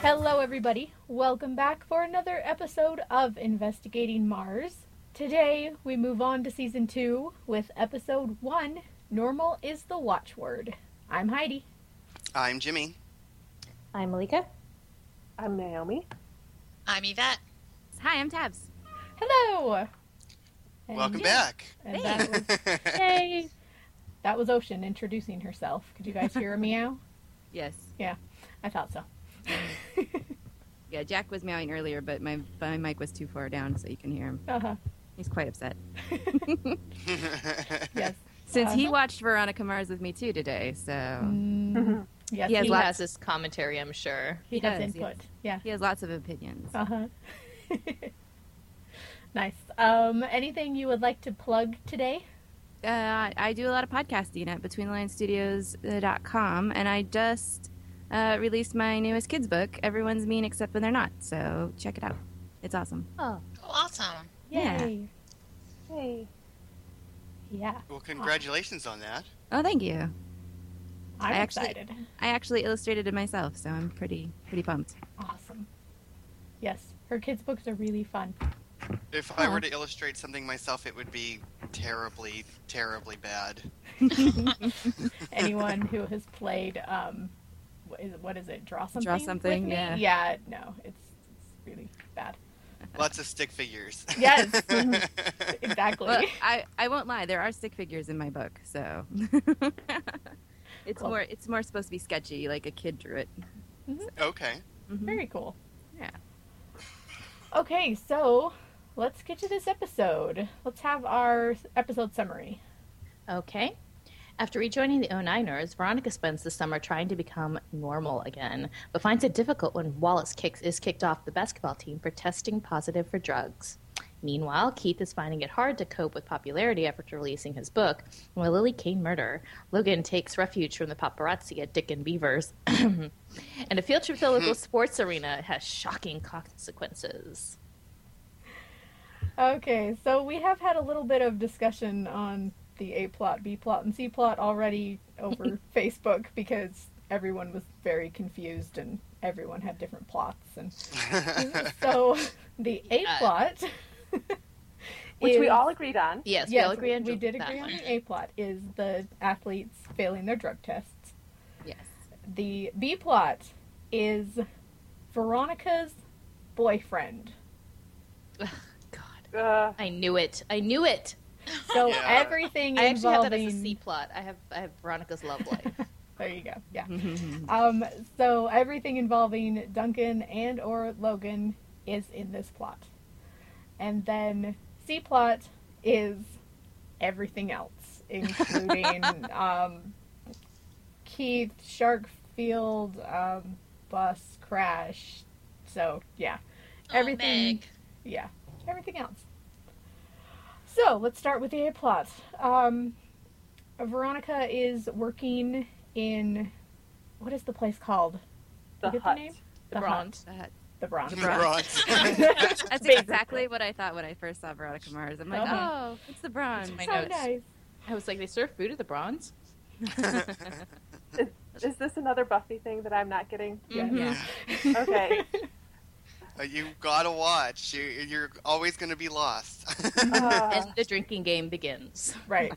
Hello, everybody. Welcome back for another episode of Investigating Mars. Today, we move on to season two with episode one Normal is the Watchword. I'm Heidi. I'm Jimmy. I'm Malika. I'm Naomi. I'm Yvette. Hi, I'm Tabs. Hello! And Welcome yeah, back. And that was, yay! That was Ocean introducing herself. Could you guys hear a meow? Yes. I thought so. Yeah, Jack was meowing earlier, but my, my mic was too far down, so you can hear him. Uh-huh. He's quite upset. Yes. Since he Uh-huh. watched Veronica Mars with me too today, so Mm, yes, He has he, He Mm-hmm. lots- has his commentary, I'm sure. he he has does, input. he has lots of opinions. Yeah. Uh-huh. nice. Um, anything you would like to plug today? Uh, I do a lot of podcasting at BetweenTheLinesStudios.com, and I just uh, released my newest kids book, Everyone's Mean Except When They're Not. So check it out. It's awesome. Oh, Oh, awesome. Yeah. Yay. hey. Yeah. Well, congratulations on that. Oh, thank you. I'm I actually- excited. I actually illustrated it myself, so I'm pretty pretty pumped. Awesome. Yes, her kids' books are really fun. If I were to illustrate something myself, it would be terribly, terribly bad. Anyone who has played, um, what is, what is it? Draw something. with Something, me? yeah. Yeah. No, it's, it's really bad. Lots of stick figures. Yes. Exactly. Well, I, I won't lie. There are stick figures in my book, so it's Cool. more it's more supposed to be sketchy, like a kid drew it. okay. Very cool. Yeah. Okay, so let's get to this episode. Let's have our episode summary. Okay. After rejoining the O9ers, Veronica spends the summer trying to become normal again, but finds it difficult when Wallace kicks, is kicked off the basketball team for testing positive for drugs. Meanwhile, Keith is finding it hard to cope with popularity after releasing his book, and with Lily Kane murder, Logan takes refuge from the paparazzi at Dick and Beavers, and a field trip to the local sports arena has shocking consequences. Okay, so we have had a little bit of discussion on the A plot, B plot, and C plot already over Facebook because everyone was very confused and everyone had different plots. And so the A Yeah. plot, Which we is- all agreed on. Yes, we yes, all agree on we did that agree on one. the A plot is the athletes failing their drug tests. Yes. The B plot is Veronica's boyfriend. God, Uh, I knew it. I knew it. So Yeah. everything I actually have involving that as a C plot. I have I have Veronica's love life. there you go. Yeah. Um, so everything involving Duncan and or Logan is in this plot, and then C plot is everything else, including um, Keith Sharkfield um, bus crash. So yeah, everything. Meg. Yeah, everything else. So let's start with the A plot. Um, Veronica is working in what is the place called? the Did I get hut. name? The Hut. Bronx. That- The Bronx. Bronze. that's exactly what I thought when I first saw Veronica Mars. I'm like, Uh-huh. oh, it's the bronze. It's my- so notes. nice. I was like, they serve food at the Bronze. Is this another Buffy thing that I'm not getting? Yeah. oh, Mm-hmm. Yeah. Okay. Uh, you gotta watch. You, you're always gonna be lost. Uh, and the drinking game begins. right.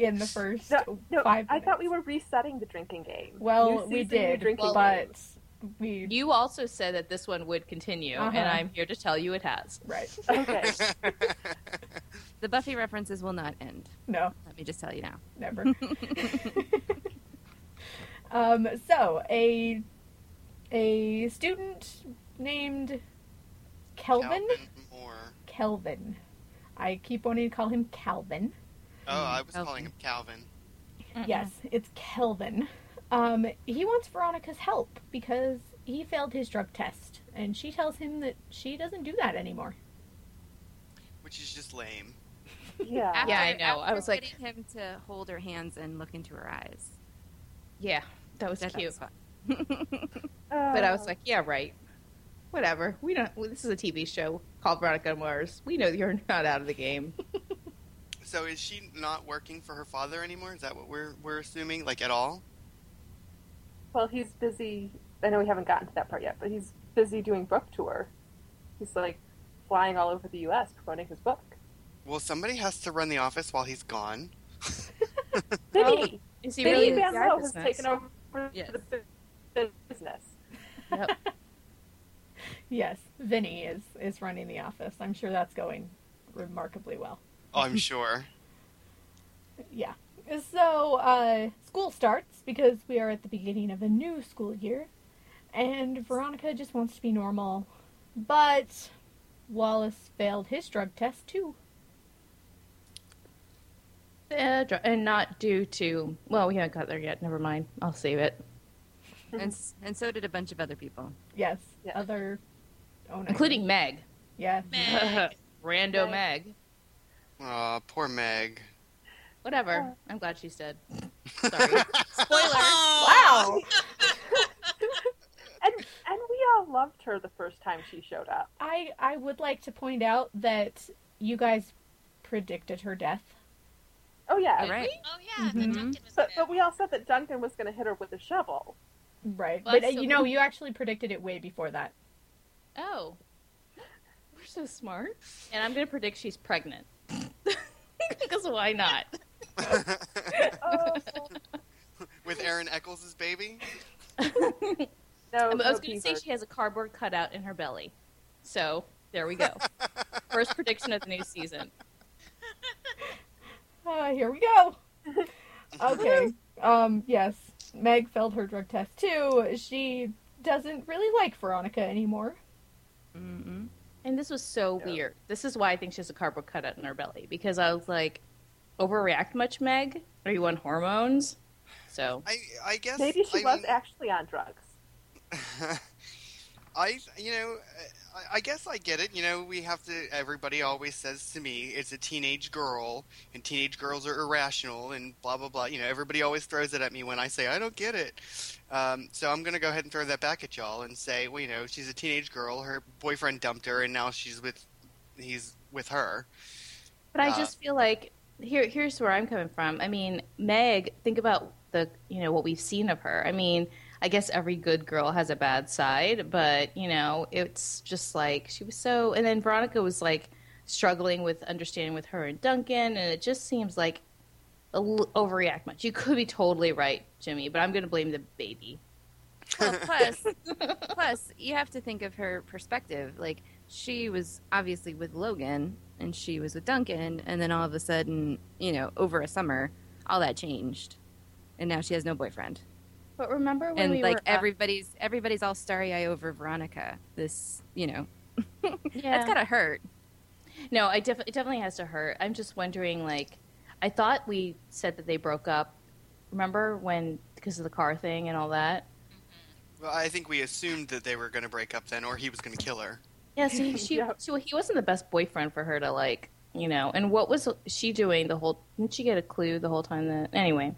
In the first no, no five. I thought we minutes. were resetting the drinking game. New Well, season, we new did, drinking Well- game. but we You also said that this one would continue, Uh-huh. and I'm here to tell you it has. right. okay. the Buffy references will not end. No. Let me just tell you now. never. um, so a a student named Kelvin. Moore. Kelvin. I keep wanting to call him Calvin. Oh, I was Calvin. calling him Calvin. Yes, it's Kelvin. Um, he wants Veronica's help because he failed his drug test, and she tells him that she doesn't do that anymore. Which is just lame. Yeah. Yeah, I know. I after was like- getting him to hold her hands and look into her eyes. Yeah, that was That- that cute. was fun. But Oh. I was like, yeah, right. Whatever. We don't. well, this is a TV show called Veronica Mars. We know you're not out of the game. So is she not working for her father anymore? Is that what we're we're assuming? Like at all? well, Oh, he's busy I know we haven't gotten to that part yet, but he's busy doing book tour. He's like flying all over the U.S. promoting his book. Well, somebody has to run the office while he's gone. Biddy, Is Oh, he Biddy really? Van our Lowe has business. taken over Yes. the bu- business. Yep. Yes, Vinny is is running the office. I'm sure that's going remarkably well. Oh, I'm sure. Yeah. So uh, school starts because we are at the beginning of a new school year, and Veronica just wants to be normal, but Wallace failed his drug test too. Uh, dr- and not due to. Well, we haven't got there yet. Never mind. I'll save it. and, s- and so did a bunch of other people. Yes, Yeah. other owners, Including Meg. yeah, Rando Meg. Meg. Oh, poor Meg. Whatever. I'm glad she's dead. Sorry. Spoiler. wow, And and we all loved her the first time she showed up. I I would like to point out that you guys predicted her death. Oh yeah, All right. Oh yeah, the Mhm. Duncan was But, there. but we all said that Duncan was going to hit her with a shovel. Right, Well, but uh, so- you know you actually predicted it way before that. Oh. We're so smart. And I'm going to predict she's pregnant. because why not? Oh With Aaron Eccles' baby? no! I no was going to say beaver. she has a cardboard cutout in her belly. So there we go. First prediction of the new season. Uh, here we go. Okay. um, yes. Meg failed her drug test too. She doesn't really like Veronica anymore. Mm-mm. And this was so Yeah. weird. This is why I think she has a cardboard cutout in her belly because I was like, overreact much, Meg? Are you on hormones? So I, I guess. Maybe she I was mean- actually on drugs. I, you know, I, I guess I get it. You know, we have to. Everybody always says to me, "It's a teenage girl, and teenage girls are irrational," and blah blah blah. You know, everybody always throws it at me when I say I don't get it. Um, so I'm gonna go ahead and throw that back at y'all and say, well, you know, she's a teenage girl. Her boyfriend dumped her, and now she's with, he's with her. But I Uh, just feel like here here's where I'm coming from. I mean, Meg, think about the you know what we've seen of her. I mean, I guess every good girl has a bad side, but you know, it's just like she was so and then Veronica was like struggling with understanding with her and Duncan and it just seems like a l- overreact much. You could be totally right, Jimmy, but I'm going to blame the baby. Well, plus, plus, you have to think of her perspective. Like she was obviously with Logan, and she was with Duncan, and then all of a sudden, you know, over a summer, all that changed, and now she has no boyfriend. But remember when and we were like uh, everybody's everybody's all starry eye over Veronica. This, you know, yeah. that's gotta hurt. No, I def- it definitely has to hurt. I'm just wondering, like, I thought we said that they broke up. Remember when because of the car thing and all that? Well, I think we assumed that they were gonna break up then, or he was gonna kill her. Yeah. So he, she, Yeah. so he wasn't the best boyfriend for her to like, you know. And what was she doing the whole? Didn't she get a clue the whole time? That anyway,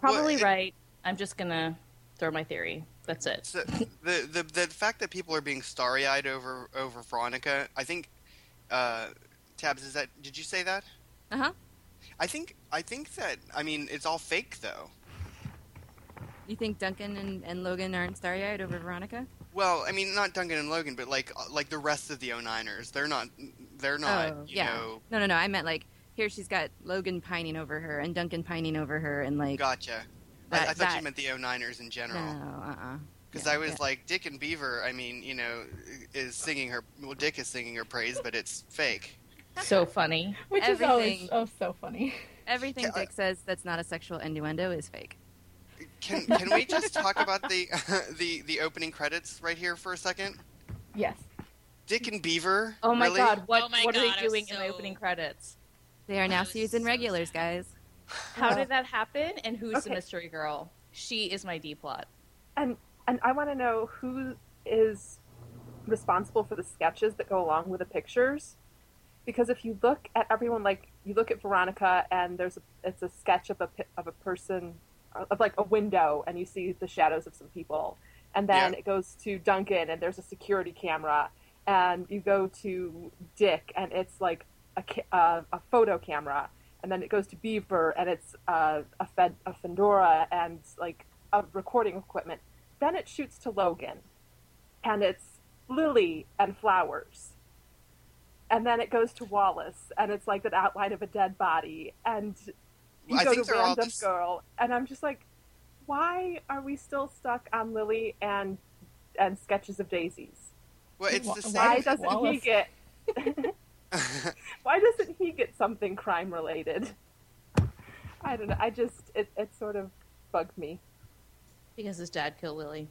probably Well, it- right. I'm just gonna throw my theory. That's it. So the, the the fact that people are being starry eyed over over Veronica, I think, uh, Tabs, is that? Did you say that? Uh huh. I think I think that I mean it's all fake though. You think Duncan and, and Logan aren't starry eyed over Veronica? Well, I mean not Duncan and Logan, but like uh, like the rest of the 09ers, they're not they're not Oh, you yeah. know No, no, no. I meant like here she's got Logan pining over her and Duncan pining over her, and like gotcha. I, That- I thought you that- meant the 09ers in no, general. uh, uh Because I was like, Dick and Beaver. I mean, you know, is singing her. Well, Dick is singing her praise, but it's fake. So funny. Which is always Everything. oh so funny. Everything Yeah, I- Dick says that's not a sexual innuendo is fake. Can can we just talk about the the the opening credits right here for a second? Yes. Dick and Beaver. Oh my really? god! What Oh my what are God, they I was doing in the so- opening credits? They are now That was season so regulars, guys. How did that happen? And who's the Okay. mystery girl? She is my D plot. And I want to know who is responsible for the sketches that go along with the pictures, because if you look at everyone, like you look at Veronica, and there's a, it's a sketch of a pi- of a person of like a window, and you see the shadows of some people, and then Yeah. it goes to Duncan, and there's a security camera, and you go to Dick, and it's like a ca- uh, a photo camera, and then it goes to Beaver, and it's uh, a fed a fedora, and like a recording equipment then it shoots to Logan, and it's Lily and flowers, and then it goes to Wallace, and it's like the outline of a dead body, and you Well, I go think to they're all random just- girl, and I'm just like, why are we still stuck on Lily and and sketches of daisies? Well, it's Why- the Why same. Why doesn't he Wallace? get why doesn't he get something crime related? I don't know. I just it, it sort of bugged me. Because his dad killed Lily.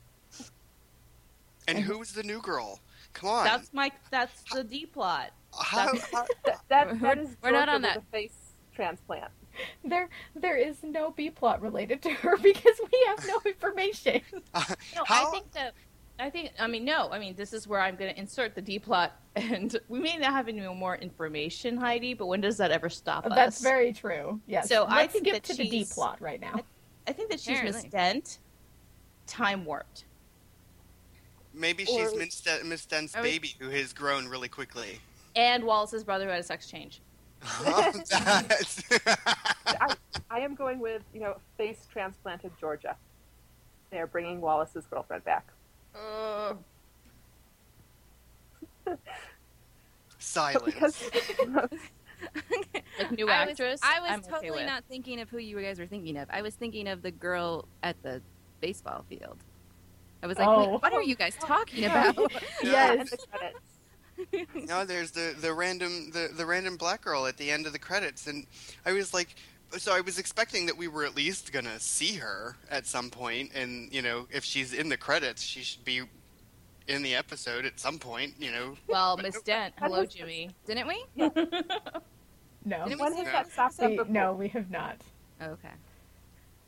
and who's the new girl? Come on. That's my. That's the D plot. how, how, That, that, that We're- is we're not on Georgia that. with a face transplant. There, there is no B plot related to her because we have no information. No, How- I think that. I think. I mean, no. I mean, this is where I'm going to insert the D plot, and we may not have any more information, Heidi. But when does that ever stop us? That's very true. Yes. So Let's I think skip that to the D she's- plot right now. I think that she's Apparently. misdent, time warped. maybe she's Or- Miss Sten- Miss Sten's I was- baby who has grown really quickly. and Wallace's brother who had a sex change. That's- I, I am going with you know face transplanted Georgia. They are bringing Wallace's girlfriend back. Silence. But because Like new I was- actress. I was I'm okay totally with. not thinking of who you guys were thinking of. I was thinking of the girl at the baseball field. I was like, Oh. what, what are you guys talking Yeah. about? Yeah. and the credits. No, there's the, the random the, the random black girl at the end of the credits, and I was like, so I was expecting that we were at least gonna see her at some point, and you know, if she's in the credits, she should be in the episode at some point. You know, Well, Miss Dent. That Hello, was- Jimmy. Didn't we? No. Didn't When we has see that her? stopped We- up before? no, we have not. Okay.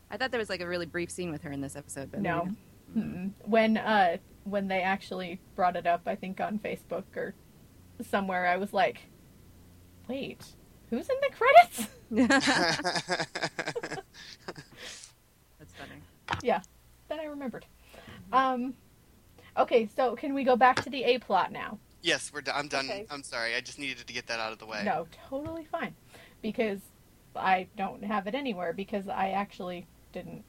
I thought there was like a really brief scene with her in this episode, but No. maybe Mm-mm. When uh when they actually brought it up, I think on Facebook or somewhere, I was like, "Wait, who's in the credits?" not. I That's funny. then I remembered. Um, okay, so can we go back to the A plot now? yes, we're done. I'm done. Okay. I'm sorry. I just needed to get that out of the way. No, totally fine, because I don't have it anywhere because I actually didn't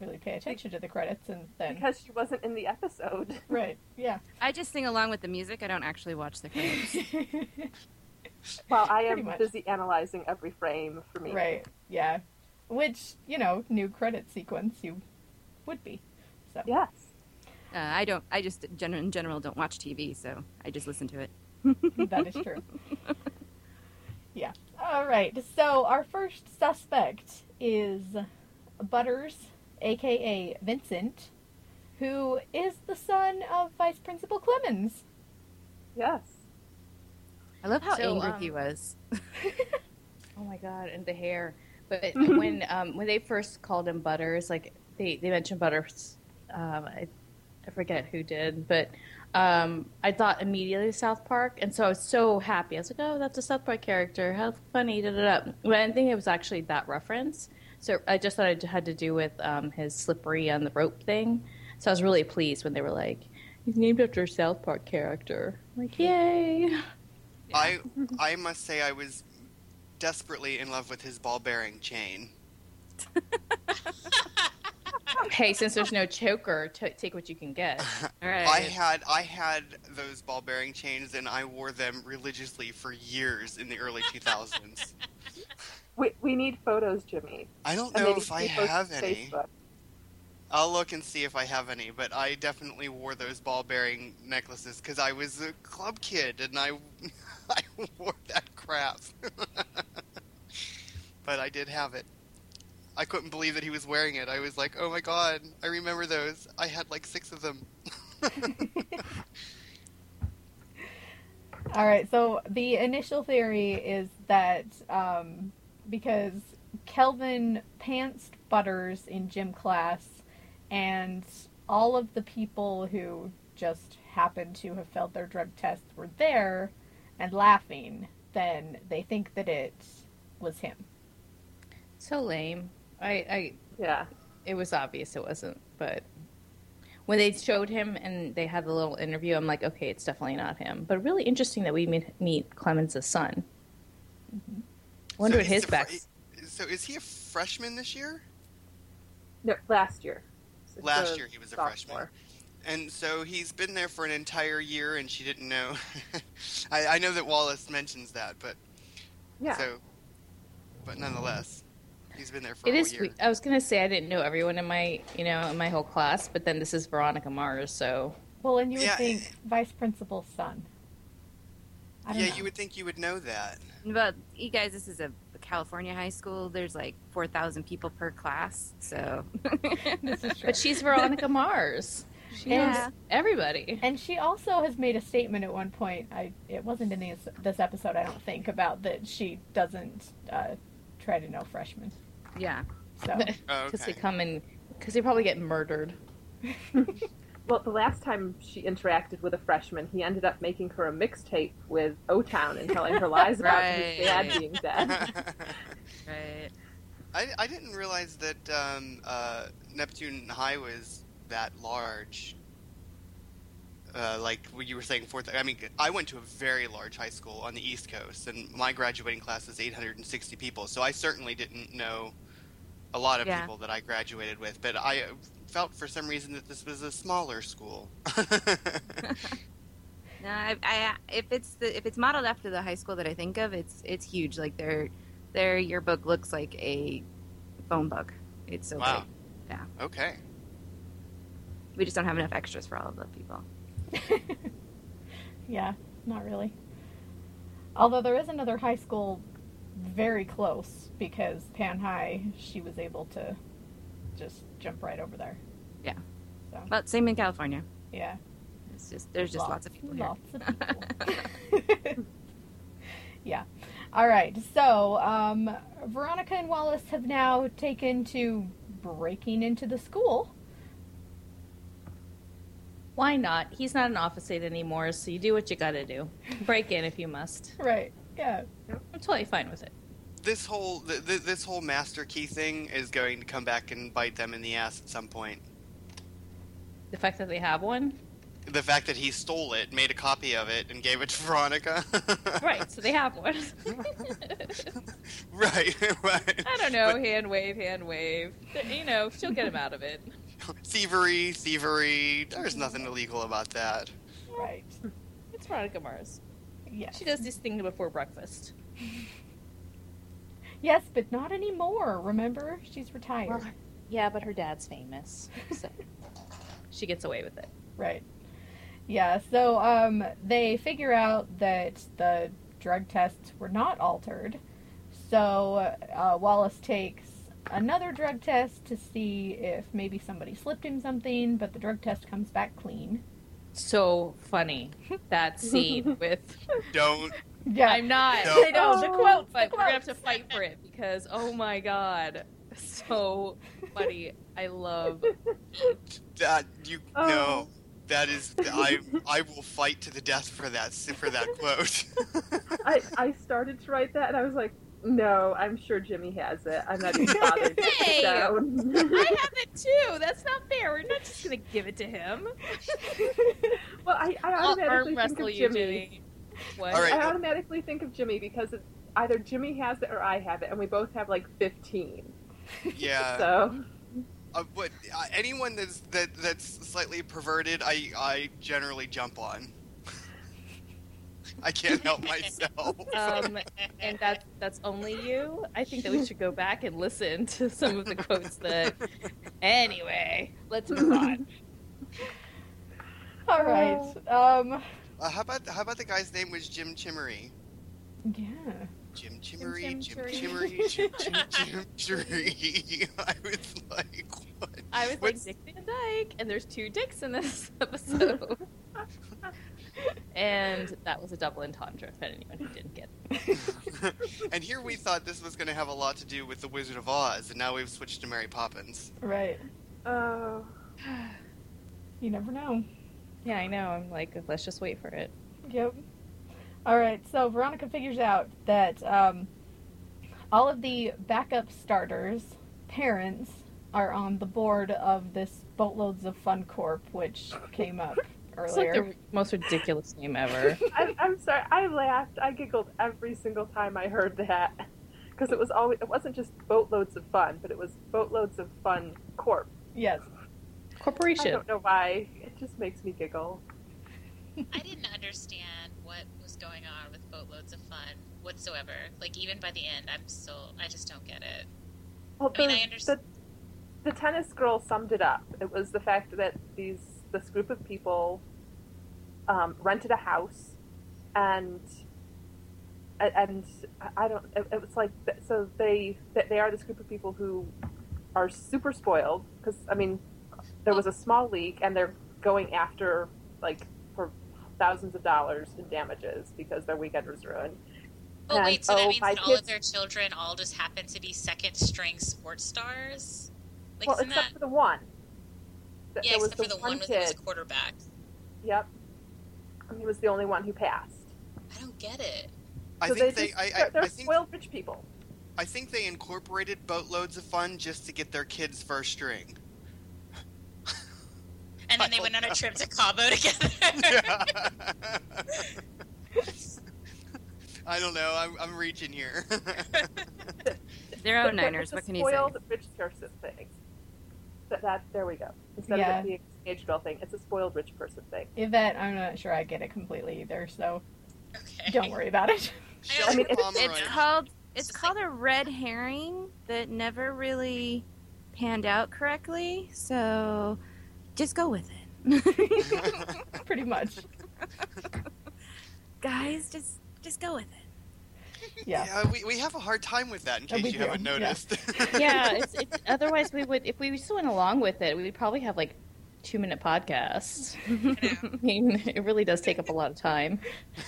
really pay attention to the credits and then because she wasn't in the episode. right, yeah. I just sing along with the music. I don't actually watch the Uh, credits. Well, I Pretty am much. busy analyzing every frame for me. Right. Yeah. Which, you know, new credit sequence you would be. So Yes. Uh, I don't. I just gen- in general don't watch TV, so I just listen to it. that is true. yeah. All right. So our first suspect is Butters, aka Vincent, who is the son of Vice Principal Clemens. Yes. I love how So, angry um, he was. Oh my god, and the hair. But when um, when they first called him Butters, like they they mentioned Butters, um, I, I forget who did, but um, I thought immediately South Park, and so I was so happy. I was like, oh, that's a South Park character. How funny! Da da da. But I didn't think it was actually that reference. So I just thought it had to do with um, his slippery on the rope thing. So I was really pleased when they were like, he's named after a South Park character. I'm like, yay! I I must say I was desperately in love with his ball bearing chain. hey, since there's no choker, t- take what you can get. All right. I had I had those ball bearing chains and I wore them religiously for years in the early 2000s. We, we need photos, Jimmy. I don't And know maybe if I we post have to any. Facebook. I'll look and see if I have any, but I definitely wore those ball bearing necklaces because I was a club kid and I I wore that crap. but I did have it. I couldn't believe that he was wearing it. I was like, "Oh my god, I remember those. I had like 6 of them." All right. So the initial theory is that um, because Kelvin pantsed Butters in gym class, and all of the people who just happened to have failed their drug test were there and laughing, then they think that it was him. So lame. I, I Yeah. it was obvious it wasn't, but when they showed him and they had the little interview, I'm like, okay, it's definitely not him. But really interesting that we meet, meet Clemens' son. Mm-hmm. So Wonder what he's his a fr- back. So is he a freshman this year? No, last year. So Last year he was a sophomore. and so he's been there for an entire year, and she didn't know. I, I know that Wallace mentions that, but Yeah. so, but nonetheless, he's been there for It a is. year. we- I was gonna say I didn't know everyone in my, you know, in my whole class, but then this is Veronica Mars, so Well, and you would Yeah. eh, think vice principal's son. I don't Yeah, know. you would think you would know that. But you guys, this is a California high school. There's like four thousand people per class, so This is true. But she's Veronica Mars. She And- knows everybody. And she also has made a statement at one point. I it wasn't in this, this episode, I don't think, about that she doesn't uh, try to know freshmen. yeah. So Oh, Because okay. they come and because they probably get murdered. Well, the last time she interacted with a freshman, he ended up making her a mixtape with O Town and telling her lies about his Right. dad being dead. Right. I, I didn't realize that um, uh, Neptune High was that large. Uh, like what you were saying, fourth. I mean, I went to a very large high school on the East Coast, and my graduating class was 860 people. So I certainly didn't know a lot of Yeah. people that I graduated with. But I felt for some reason that this was a smaller school. No, I, I, if it's the if it's modeled after the high school that I think of, it's it's huge. Like their their yearbook looks like a phone book. It's so Wow. big. Yeah. okay. We just don't have enough extras for all of the people. yeah, not really. Although there is another high school very close because Pan High, she was able to just jump right over there. Yeah. So But same in California. yeah, It's just there's just lots, of people here. Lots of people. yeah. All right. So um, Veronica and Wallace have now taken to breaking into the school. Why not? He's not an office aide anymore, so you do what you gotta do. Break in if you must. Right. Yeah. I'm totally fine with it. This whole th- th- this whole master key thing is going to come back and bite them in the ass at some point. The fact that they have one, the fact that he stole it, made a copy of it, and gave it to Veronica. right? So they have one. right, right. I don't know. Hand wave, hand wave. You know, she'll get him out of it. But thievery, thievery. There's nothing illegal about that. Right. It's Veronica Mars. Yes. She does this thing before breakfast. Yes, but not anymore. Remember, she's retired. Well, her- yeah, but her dad's famous, so she gets away with it. Right. Yeah, so um, they figure out that the drug tests were not altered. So uh, Wallace takes another drug test to see if maybe somebody slipped him something, but the drug test comes back clean. So funny that scene with Don't. Yeah. I'm not. No. I know, the Oh, quotes, But the we're gonna have to quotes. fight for it because oh my god, so funny. I love. That you Oh. no. That is. I. I will fight to the death for that. For that quote. I, I started to write that and I was like, no, I'm sure Jimmy has it. I'm not even bothered. to sit Hey! down. I have it too. That's not fair. We're not just gonna give it to him. well, I, I I'll arm automatically think wrestle of you, Jimmy. Jimmy. What? All right. I automatically think of Jimmy because it's either Jimmy has it or I have it, and we both have like 15. Yeah. So, Uh, but uh, anyone that's that that's slightly perverted, I I generally jump on. I can't help myself. Um, and that that's only you. I think that we should go back and listen to some of the quotes that. Anyway, let's move on. All right. Um, Uh, how about how about the guy's name was Jim Chimery? yeah. Jim Chimmery, Jim Chimmery. Chimmery, Jim Jim Jim Chimmery. I was like, what? I was like What's- Dick Van Dyke, and there's two dicks in this episode. and that was a double entendre for anyone who didn't get it. and here we thought this was going to have a lot to do with the Wizard of Oz, and now we've switched to Mary Poppins. Right. oh, You never know. Yeah, I know. I'm like, let's just wait for it. Yep. All right. So Veronica figures out that um, all of the backup starters' parents are on the board of this boatloads of Fun Corp, which came up It's like earlier. the most ridiculous name ever. I, I'm sorry. I laughed. I giggled every single time I heard that because it was always it wasn't just boatloads of fun, but it was boatloads of fun corp. Yes. I Corporation. don't know why. It just makes me giggle. I didn't understand what was going on with boatloads of fun whatsoever. Like even by the end, I'm still I just don't get it. Well, I mean, the- I understand. the tennis girl summed it up. It was the fact that these this group of people um, rented a house, and a- and I- I don't. It, it was like th- so they that they are this group of people who are super spoiled because I mean there was a small leak and they're going after like for thousands of dollars in damages because their weekend was ruined. But wait, so oh, that means my that all of kids- their children all just happen to be second string sports stars? Like well, isn't except that for the one. Th- yeah, there was except for the one with kid. was quarterback. Yep. And he was the only one who passed. I don't get it. I so think they they, just, I, they're, I, they're I think spoiled rich people. Oh, I think they incorporated boatloads of fun just to get their kids first string. And I then oh, they went don't on a know. trip to Cabo together. I don't know. I'm, I'm reaching here. They're They're- own they're- Niners. it's a What can you say? spoiled rich person thing. That, that there we go. Instead Yeah. of it the age girl thing, it's a spoiled rich person thing. Yvette, I'm not sure I get it completely either, so okay. don't worry about it. Shelby mean, it's- Pomeroy. It's called It's it's, just called a red herring that never really panned out correctly. So just go with it, Pretty much. guys. Just just go with it. Yeah. we, we have a hard time with that in Oh, case we you do, haven't yeah. noticed. yeah, it's, it's otherwise we would if we just went along with it, we would probably have like two minute podcasts. I know. I mean, it really does take up a lot of time.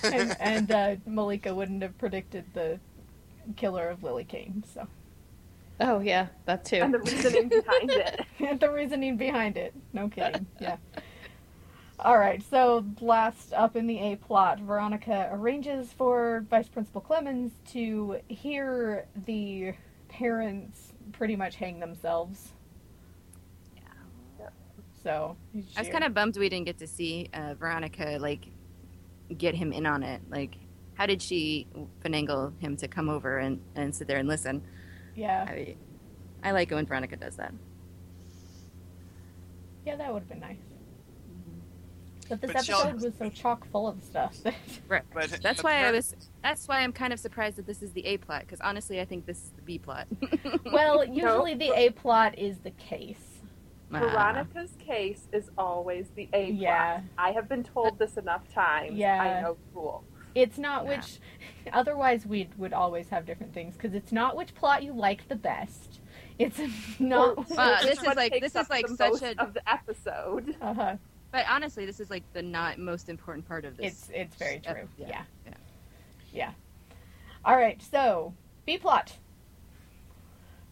And, and uh, Malika wouldn't have predicted the killer of Lily Kane, so. Oh yeah, that too. And the reasoning behind it. the reasoning behind it. No kidding. Yeah. All right. So last up in the A plot, Veronica arranges for Vice Principal Clemens to hear the parents pretty much hang themselves. Yeah. So I was she- kind of bummed we didn't get to see uh, Veronica like get him in on it. Like, how did she finagle him to come over and, and sit there and listen? yeah I, I like it when Veronica does that. yeah that would have been nice. But this But Shel- episode was so chock full of stuff that Right. But That's why I was. That's why I'm kind of surprised that this is the A plot because honestly, I think this is the B plot. well usually the A plot is the case. Veronica's case is always the A plot. Yeah. I have been told this enough times. Yeah. I know the rule. It's not Yeah. which. Otherwise, we would always have different things because it's not which plot you like the best. It's not. Or- Uh, which this is one like- takes this is up like the such most a- of the episode. uh But honestly, this is like the not most important part of It's this. it's very Uh, true. yeah, yeah. yeah. Yeah. All right. So B plot.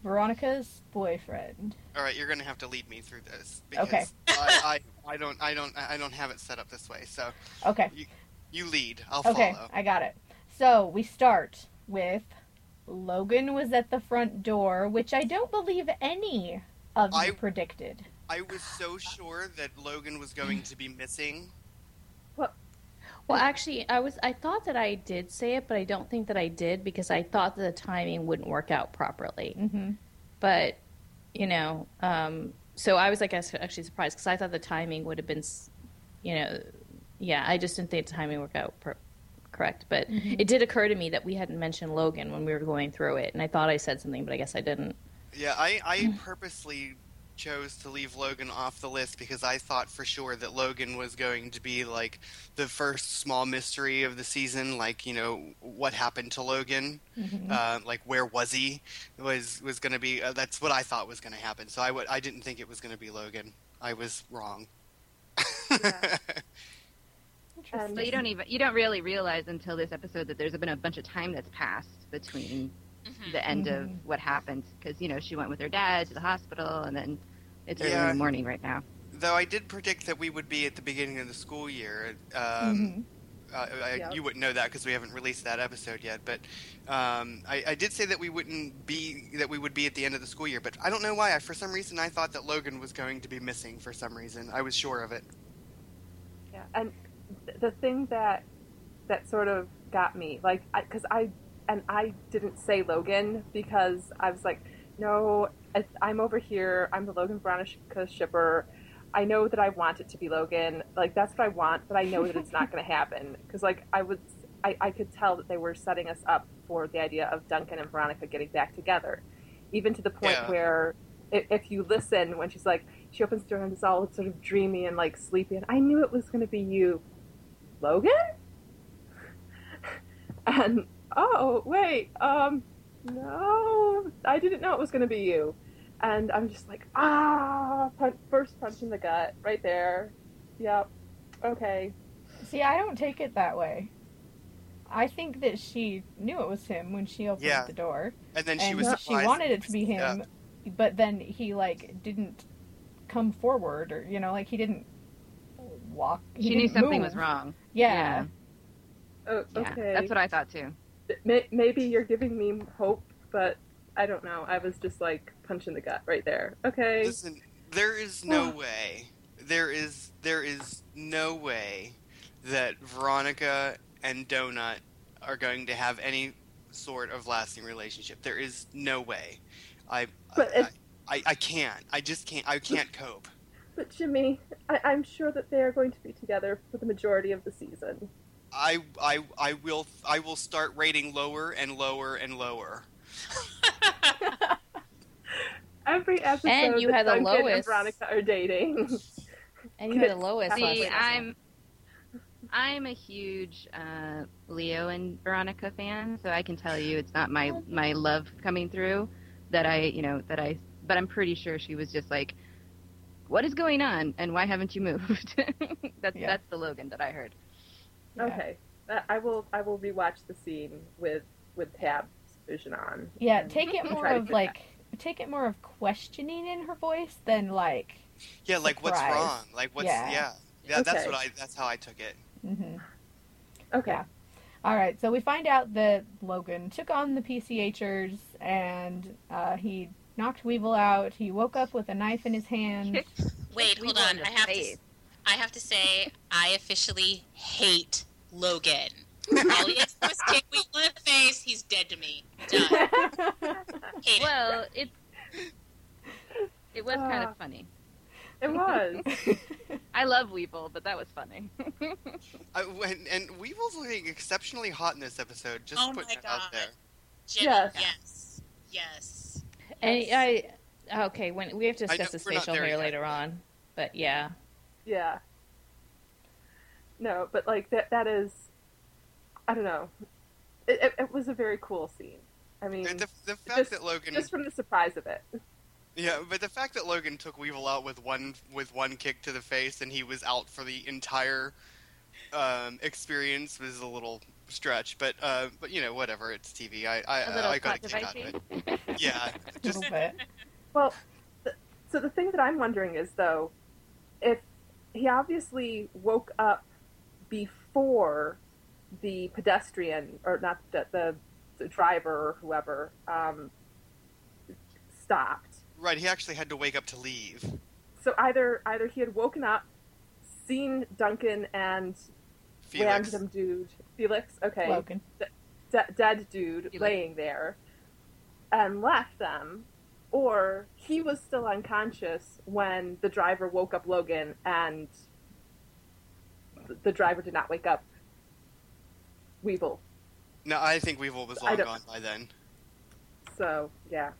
Veronica's boyfriend. All right, you're going to have to lead me through this because Okay. I, I, I don't I don't I don't have it set up this way. So Okay. you lead. I'll Okay. follow. I got it. So we start with Logan was at the front door, which I don't believe any of I- you predicted. I was so sure that Logan was going to be missing. Well, actually, I was I thought that I did say it, but I don't think that I did because I thought that the timing wouldn't work out properly. Mm-hmm. But you know, um, so I was like ac- actually surprised because I thought the timing would have been, s- you know, yeah, I just didn't think the timing worked out pro correct. But it did occur to me that we hadn't mentioned Logan when we were going through it, and I thought I said something, but I guess I didn't. Yeah, I, I purposely chose to leave Logan off the list because I thought for sure that Logan was going to be like the first small mystery of the season, like you know what happened to Logan, uh, like where was he, was was going to be. Uh, that's what I thought was going to happen. So I would I didn't think it was going to be Logan. I was wrong. Yeah. Interesting. But you don't even you don't really realize until this episode that there's been a bunch of time that's passed between Mhm. the end Mhm. of what happened because you know she went with her dad to the hospital and then it's early in Yeah. the morning right now. Though I did predict that we would be at the beginning of the school year. Um, Mhm. uh, I, Yep. you wouldn't know that because we haven't released that episode yet. But um, I, I did say that we wouldn't be that we would be at the end of the school year. But I don't know why. I, for some reason, I thought that Logan was going to be missing. For some reason, I was sure of it. Yeah, and th- the thing that that sort of got me, like, because I, and I didn't say Logan because I was like, no, I- I'm over here. I'm the Logan Veronica shipper. I know that I want it to be Logan. Like that's what I want, but I know that it's not going to happen because like I would, I, I could tell that they were setting us up for the idea of Duncan and Veronica getting back together, even to the point Yeah. where i- if you listen when she's like she opens the door and is all sort of dreamy and like sleepy, and I knew it was going to be you, Logan. and oh wait, um, no, I didn't know it was going to be you. And I'm just like, ah, punch, first punch in the gut, right there. Yep. Okay. See, I don't take it that way. I think that she knew it was him when she opened Yeah. the door, And then and, she was she surprised. wanted it to be him, but then he like didn't come forward, or you know, like he didn't walk. he She knew didn't something move. was wrong. Yeah, Oh, Yeah, okay. that's what I thought too. May- maybe you're giving me hope, but I don't know. I was just like punch in the gut right there. Okay. Listen, there is no way. There is there is no way that Veronica and Donut are going to have any sort of lasting relationship. There is no way. I But I, it- I, I can't. I just can't. I can't cope. But Jimmy, I- I'm sure that they are going to be together for the majority of the season. I I I will I will start rating lower and lower and lower. Every episode, And you that had the Duncan and lowest. Veronica are dating. And you had the lowest. last See, week. I'm I'm a huge uh, Leo and Veronica fan, so I can tell you it's not my my love coming through that I you know that I but I'm pretty sure she was just like, what is going on and why haven't you moved? that's Yeah. that's the Logan that I heard. Yeah. Okay, I- I will. I will rewatch the scene with with Tab's vision on. yeah. and Take it try more to of do that. like take it more of questioning in her voice than like. Yeah, like Surprise. what's wrong? Like what's Yeah. yeah. Yeah, that's Okay. what I that's how I took it. mhm. Okay. Yeah. All right, so we find out that Logan took on the PCHers and uh, he knocked Weevil out. He woke up with a knife in his hand. Wait, We hold were on. the I have to. same. I have to say, I officially hate Logan. Elliot was kicked me in the face. He's dead to me. Done. Hate it. Well, it it was kind Ah. of funny. It was. I love Weevil, but that was funny. I, and, and Weevil's looking exceptionally hot in this episode. Just Oh putting my it out God. there. Jenny, Yes. yes, yes. And I okay, when we have to I know, discuss his we're not facial there hair yet. later on, but yeah, yeah. No, but like that. That is. I don't know. It, it, it was a very cool scene. I mean, The, the fact just- that Logan, just from the surprise of it. yeah, but the fact that Logan took Weevil out with one with one kick to the face and he was out for the entire um, experience was a little stretch. But uh, but you know whatever, it's TV. I I, A little I got a plot kick out of it. Yeah, a just little bit. Well, th- so the thing that I'm wondering is though, if he obviously woke up before the pedestrian or not the the, the driver or whoever um, stopped. right. He actually had to wake up to leave. So either either he had woken up, seen Duncan and Felix. random dude Felix, okay, Logan. de- dead dude Felix. laying there, and left them, or he was still unconscious when the driver woke up Logan and th- the driver did not wake up Weevil. No, I think Weevil was I long don't- gone by then. So yeah,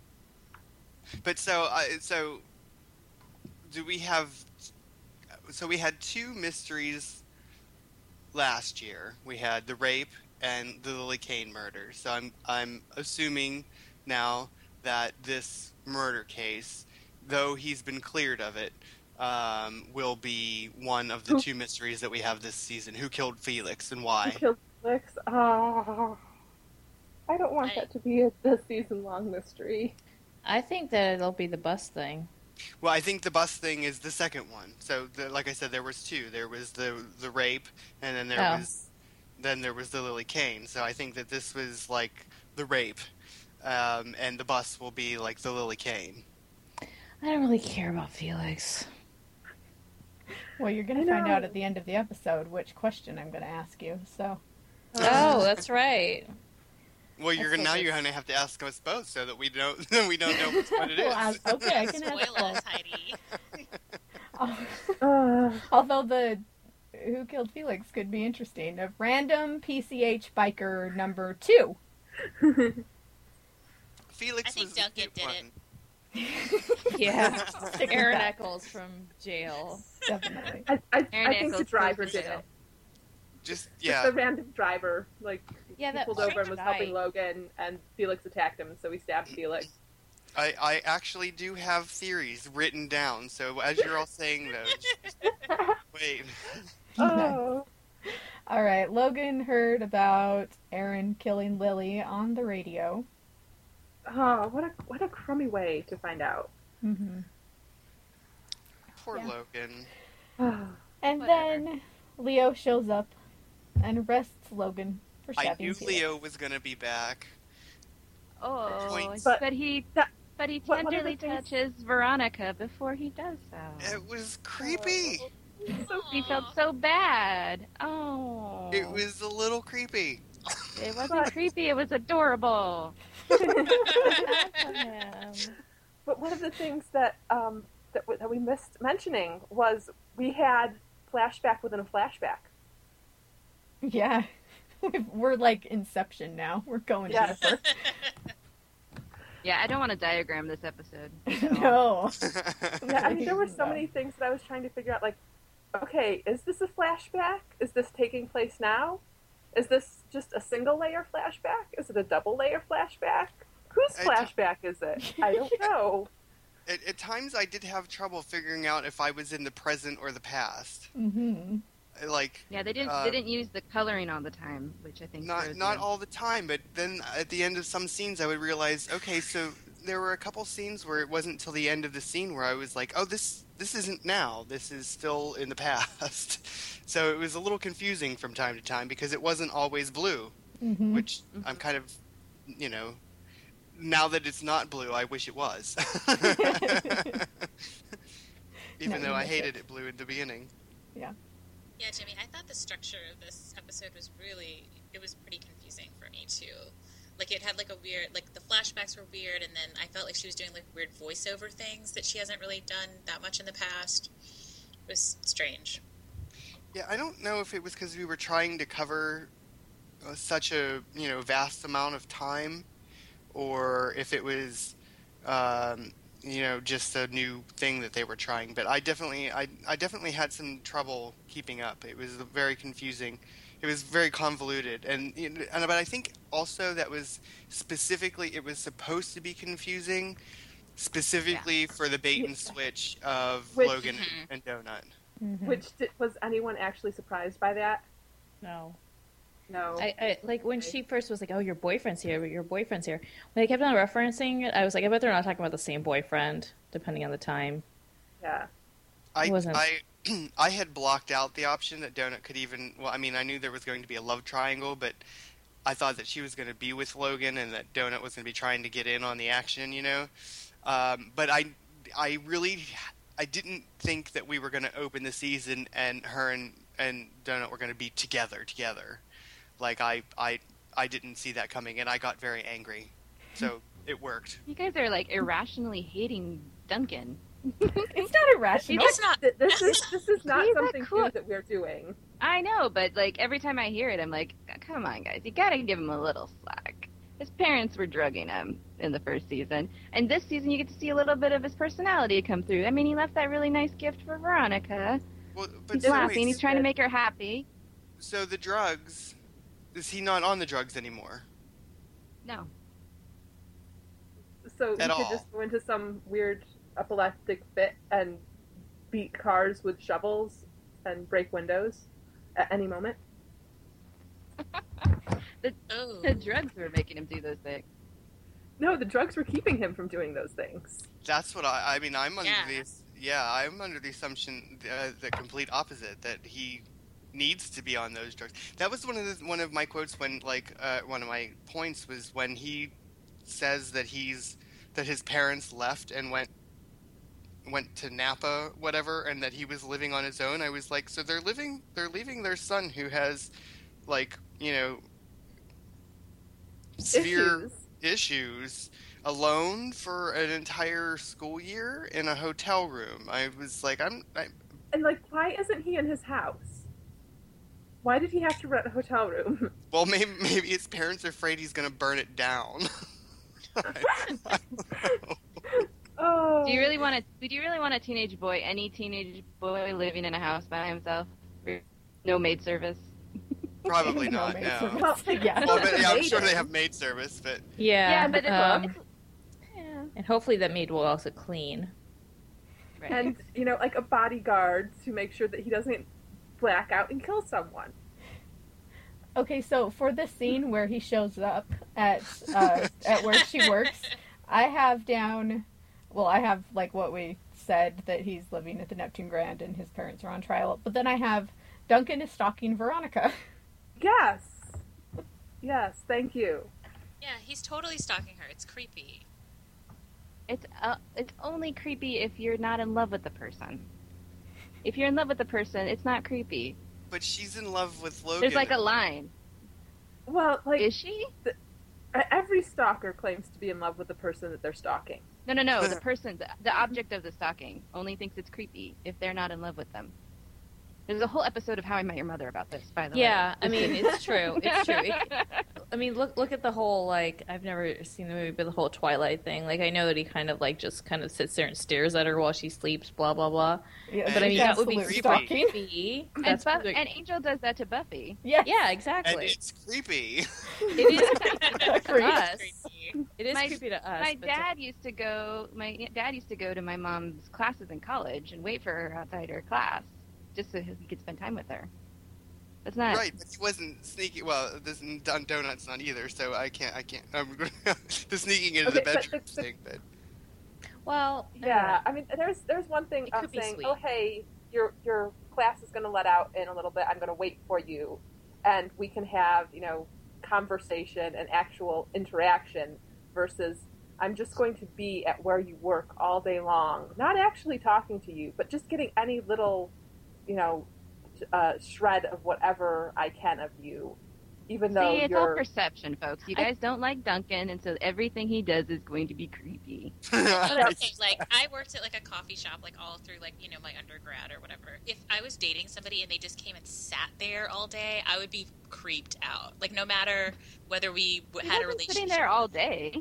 But so, uh, so do we have? So we had two mysteries last year. We had the rape and the Lily Kane murder. So I'm I'm assuming now that this murder case, though he's been cleared of it, um, will be one of the Who- two mysteries that we have this season. Who killed Felix and he why? killed Felix. Oh, I don't want I- that to be a, a season long mystery. I think that it'll be the bus thing. Well, I think the bus thing is the second one. So, the, like I said, there was two. There was the the rape, and then there Oh. was then there was the Lily Kane. So I think that this was like the rape, um, and the bus will be like the Lily Kane. I don't really care about Felix. Well, you're I going to find out know. at the end of the episode which question I'm going to ask you. So, Oh, that's right. Well, you're That's now what it you're is. going to have to ask us both so that we don't we don't know which one it is. Well, I- okay, I can ask Spoilers, both. Heidi. Uh, Although the Who Killed Felix could be interesting. A random PCH biker number two. Felix I think was the Duncan cute did one. it. Yeah. Stick with Aaron that, Eccles from jail. Definitely. I, I, Aaron I think the Eccles driver proved did it. it. Just Just yeah. the random driver, like Yeah, he that pulled over and was guy. helping Logan, and Felix attacked him, so he stabbed Felix. I, I actually do have theories written down, so as you're all saying those, just- wait. Oh, All right, Logan heard about Aaron killing Lily on the radio. oh, what a what a crummy way to find out. Mm-hmm. Poor Yeah. Logan. Oh, And Whatever. then Leo shows up and arrests Logan for I stabbing knew Felix. Leo was gonna be back. Oh, Points. but, he but he what- what are tenderly the things- touches Veronica before he does so. It was creepy. He felt so bad. Oh, It was a little creepy. It wasn't creepy. It was adorable. But one of the things that um, that, w- that we missed mentioning was we had flashback within a flashback. Yeah. We're like Inception now. We're going Yes. deeper. Yeah, I don't want to diagram this episode. no. Yeah, I mean, there were so many things that I was trying to figure out. Like, okay, is this a flashback? Is this taking place now? Is this just a single layer flashback? Is it a double layer flashback? Whose I flashback is it? I don't know. at, at times, I did have trouble figuring out if I was in the present or the past. Mm-hmm. Like Yeah, they didn't Uh, they didn't use the coloring all the time, which I think not throws not me. all the time, but then at the end of some scenes, I would realize, okay, so there were a couple scenes where it wasn't till the end of the scene where I was like, oh, this this isn't now. This is still in the past. so it was a little confusing from time to time because it wasn't always blue, Mm-hmm. which I'm kind of, you know, now that it's not blue, I wish it was. No, Even you though I miss hated it. it blue at the beginning. Yeah, Jimmy, I thought the structure of this episode was really it was pretty confusing for me too. Like it had like a weird like the flashbacks were weird and then I felt like she was doing like weird voiceover things that she hasn't really done that much in the past. It was strange. Yeah, I don't know if it was because we were trying to cover uh, such a you know vast amount of time, or if it was um, you know just a new thing that they were trying. But I definitely, I, I definitely had some trouble keeping up. It was very confusing. It was very convoluted, and you know, and but I think also that was specifically it was supposed to be confusing, specifically for the bait and switch of Which- Logan Mhm. and Donut. Mm-hmm. Which did, was anyone actually surprised by that? No. No. I, I like when she first was like, "Oh, your boyfriend's here, but your boyfriend's here." When they kept on referencing it, I was like, "I bet they're not talking about the same boyfriend, depending on the time." yeah. I, It wasn't- I, I had blocked out the option that Donut could even. Well, I mean, I knew there was going to be a love triangle, but I thought that she was going to be with Logan and that Donut was going to be trying to get in on the action, you know. Um, but I, I really, I didn't think that we were going to open the season and her and and Donut were going to be together, together. Like I, I, I didn't see that coming, and I got very angry. So it worked. You guys are like irrationally hating Duncan. It's not irrational. It's not Th- This is this is not He's a something new crook. that we're doing. I know, but like every time I hear it, I'm like, come on, guys, you gotta give him a little slack. His parents were drugging him in the first season, and this season you get to see a little bit of his personality come through. I mean, he left that really nice gift for Veronica. Well, but He's so laughing. wait, He's trying to make her happy. so the drugs. Is he not on the drugs anymore? No, So At he all. could just go into some weird epileptic fit and beat cars with shovels and break windows at any moment. oh the drugs were making him do those things. No, the drugs were keeping him from doing those things. That's what I. I mean, I'm under Yeah. the. Yeah, I'm under the assumption uh, the complete opposite that he needs to be on those drugs. That was one of the, one of my quotes when like uh, one of my points was when he says that he's that his parents left and went went to Napa whatever and that he was living on his own. I was like, so they're living they're leaving their son who has like, you know, severe Issues. issues alone for an entire school year in a hotel room. I was like, I'm. I, And like, why isn't he in his house? Why did he have to rent a hotel room? well, maybe, maybe his parents are afraid he's going to burn it down. Oh, Do you really want to? Do you really want a teenage boy? Any teenage boy living in a house by himself, no maid service? Probably No not. maid No. service. Well, Yeah. Well, but, yeah, I'm sure they have maid service, but Yeah. Yeah, but it's- um, it's- yeah. and hopefully that maid will also clean. Right. and you know, like a bodyguard to make sure that he doesn't black out and kill someone. Okay, so for the scene where he shows up at uh, at where she works, I have down. Well, I have like what we said that he's living at the Neptune Grand and his parents are on trial. But then I have Duncan is stalking Veronica. Yes. Yes, thank you. Yeah, he's totally stalking her. It's creepy. It's uh, it's only creepy if you're not in love with the person. If you're in love with the person, it's not creepy. but she's in love with Logan. There's like a line. Well, like e-, Is she? every stalker claims to be in love with the person that they're stalking. No, no, no. The person, the, the object of the stalking, only thinks it's creepy if they're not in love with them. There's a whole episode of How I Met Your Mother about this, by the Yeah, I way. mean it's true. It's true. It- I mean, look look at the whole like I've never seen the movie, but the whole Twilight thing. Like I know that he kind of like just kind of sits there and stares at her while she sleeps. Blah blah blah. Yeah, But But I mean, that would absolute be creepy. stalking. creepy. and, That's Buff- pretty- and Angel does that to Buffy. Yes. yeah, and exactly. it's creepy. It is creepy to Agreed. us. Creepy. It is My- creepy to us. my but to- dad used to go. My dad used to go to my mom's classes in college and wait for her outside her class just so he could spend time with her. That's not right, but he wasn't sneaking. Well, this Dun Donuts not either, so I can't. I can't. I'm the sneaking into the Okay, but bedroom the- the- thing. But well, I don't Yeah, know. I mean, there's there's one thing It of could be saying, sweet. oh hey, your your class is going to let out in a little bit. I'm going to wait for you, and we can have you know conversation and actual interaction versus I'm just going to be at where you work all day long, not actually talking to you, but just getting any little you know uh, shred of whatever I can of you, even though See, it's all you're perception, folks. You I- guys don't like Duncan, and so everything he does is going to be creepy. But okay, like I worked at like a coffee shop like all through like you know my undergrad or whatever. If I was dating somebody and they just came and sat there all day, I would be creeped out. Like no matter whether we w- He had a wasn't relationship, sitting there all day.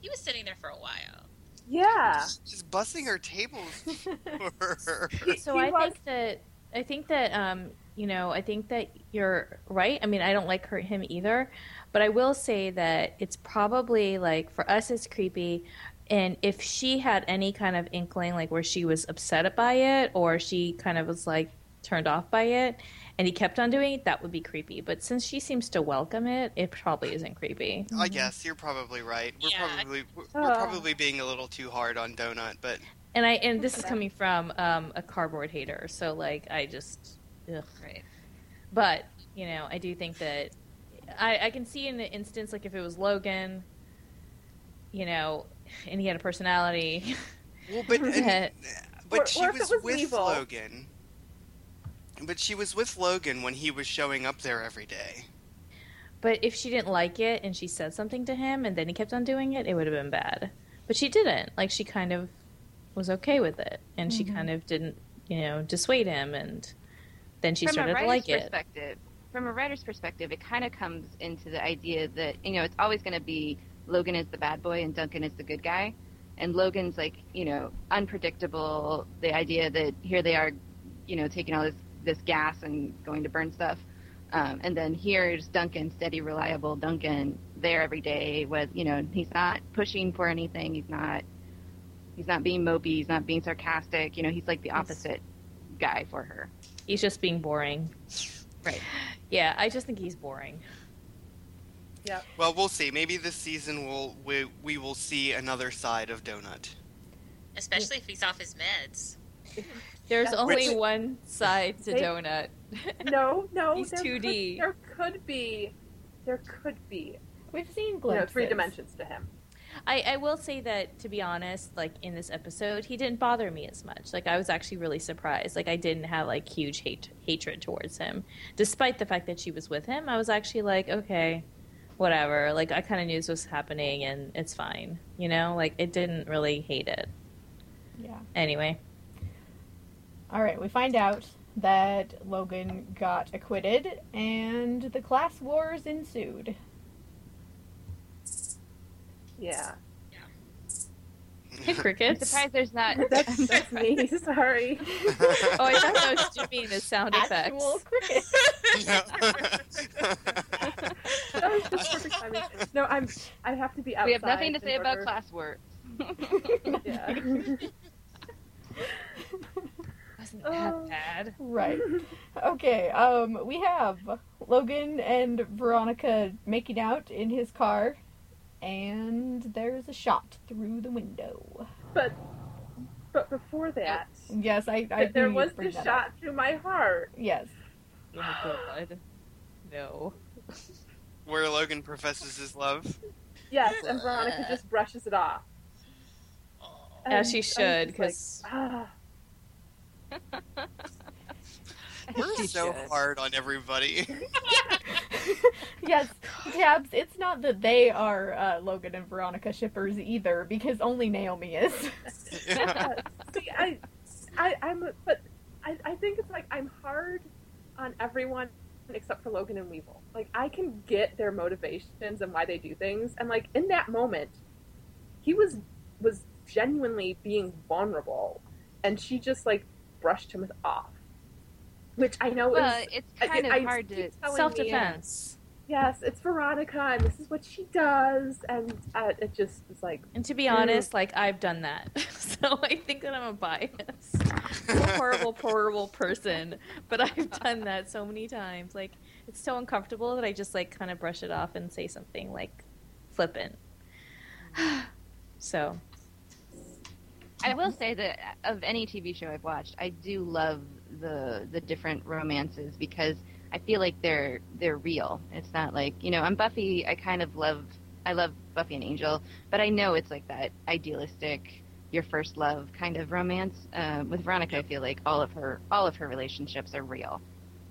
he was sitting there for a while. yeah. She's busting her tables for her. He- so he I was- think that I think that um, you know I think that you're right. I mean, I don't like her, him either, but I will say that it's probably like for us it's creepy. And if she had any kind of inkling, like where she was upset by it, or she kind of was like turned off by it, and he kept on doing it, that would be creepy. But since she seems to welcome it, it probably isn't creepy. I Mm-hmm. guess you're probably right. We're Yeah. probably we're, we're Oh. probably being a little too hard on Donut, but And I and this is coming from um, a cardboard hater, so like I just ugh. Right. But you know, I do think that I, I can see in the instance like if it was Logan, you know, and he had a personality. well, but and, that- but Or- she or if it was, was with Weevil. Logan. But she was with Logan when he was showing up there every day. but if she didn't like it and she said something to him and then he kept on doing it, it would have been bad. But she didn't. Like she kind of was okay with it, and she Mm-hmm. kind of didn't, you know, dissuade him, and then she from started a to like writer's it. perspective, From a writer's perspective, it kind of comes into the idea that you know it's always going to be Logan is the bad boy and Duncan is the good guy, and Logan's like you know unpredictable. The idea that here they are, you know, taking all this this gas and going to burn stuff, um, and then here's Duncan, steady, reliable Duncan, there every day with you know he's not pushing for anything. He's not he's not being mopey. He's not being sarcastic. You know, he's like the opposite guy for her. He's just being boring. Right. Yeah, I just think he's boring. Well, we'll see. Maybe this season we'll we, we will see another side of Donut. Especially if he's off his meds. There's That's- only Which- one side to They- Donut. No, no. He's 2D. there Could, there could be, there could be We've seen you glimpses. know, three dimensions to him. I, I will say that to be honest, like in this episode, he didn't bother me as much. Like I was actually really surprised. Like I didn't have like huge hate hatred towards him, despite the fact that she was with him. I was actually like, okay, whatever. Like I kind of knew this was happening, and it's fine. You know, like it didn't really hate it Yeah. anyway. All right, we find out that Logan got acquitted and the class wars ensued. Yeah. Hey, crickets. surprised there's not. That's, that's me. Sorry. Oh, I thought that was Jimmy and the sound effects. Actual cricket. That was just perfect timing. No, I'm. I have to be outside. we have nothing to in say about order- classwork. Yeah. Wasn't Oh. that bad? right. Okay, um, we have Logan and Veronica making out in his car, and there's a shot through the window. But before that, Yes, I, I there knew you'd was bring this that shot up. through my heart. Yes. Oh, God. No. Where Logan professes his love. Yes, and Veronica just brushes it off. As And she I'm should, because just like, ah. We're so hard on everybody. Yes, Tabs, it's not that they are uh, Logan and Veronica shippers either, because only Naomi is. Yeah. Yes. See, I, I, I'm, a- but I, I think it's like I'm hard on everyone except for Logan and Weevil. Like I can get their motivations and why they do things, and like in that moment, he was was genuinely being vulnerable, and she just like brushed him off, which I know Well, is it's I- kind I- of hard to. keeps telling me- self defense. Yes, it's Veronica, and this is what she does, and uh, it just is like And to be Mm. honest, like I've done that, so I think that I'm a bias, I'm a horrible, horrible person. But I've done that so many times. Like it's so uncomfortable that I just like kind of brush it off and say something like flippant. so I will say that uh, of any TV show I've watched, I do love the the different romances because I feel like they're they're real. It's not like you know, I'm Buffy. I kind of love I love Buffy and Angel, but I know it's like that idealistic your first love kind of romance. Um, with Veronica, I feel like all of her all of her relationships are real.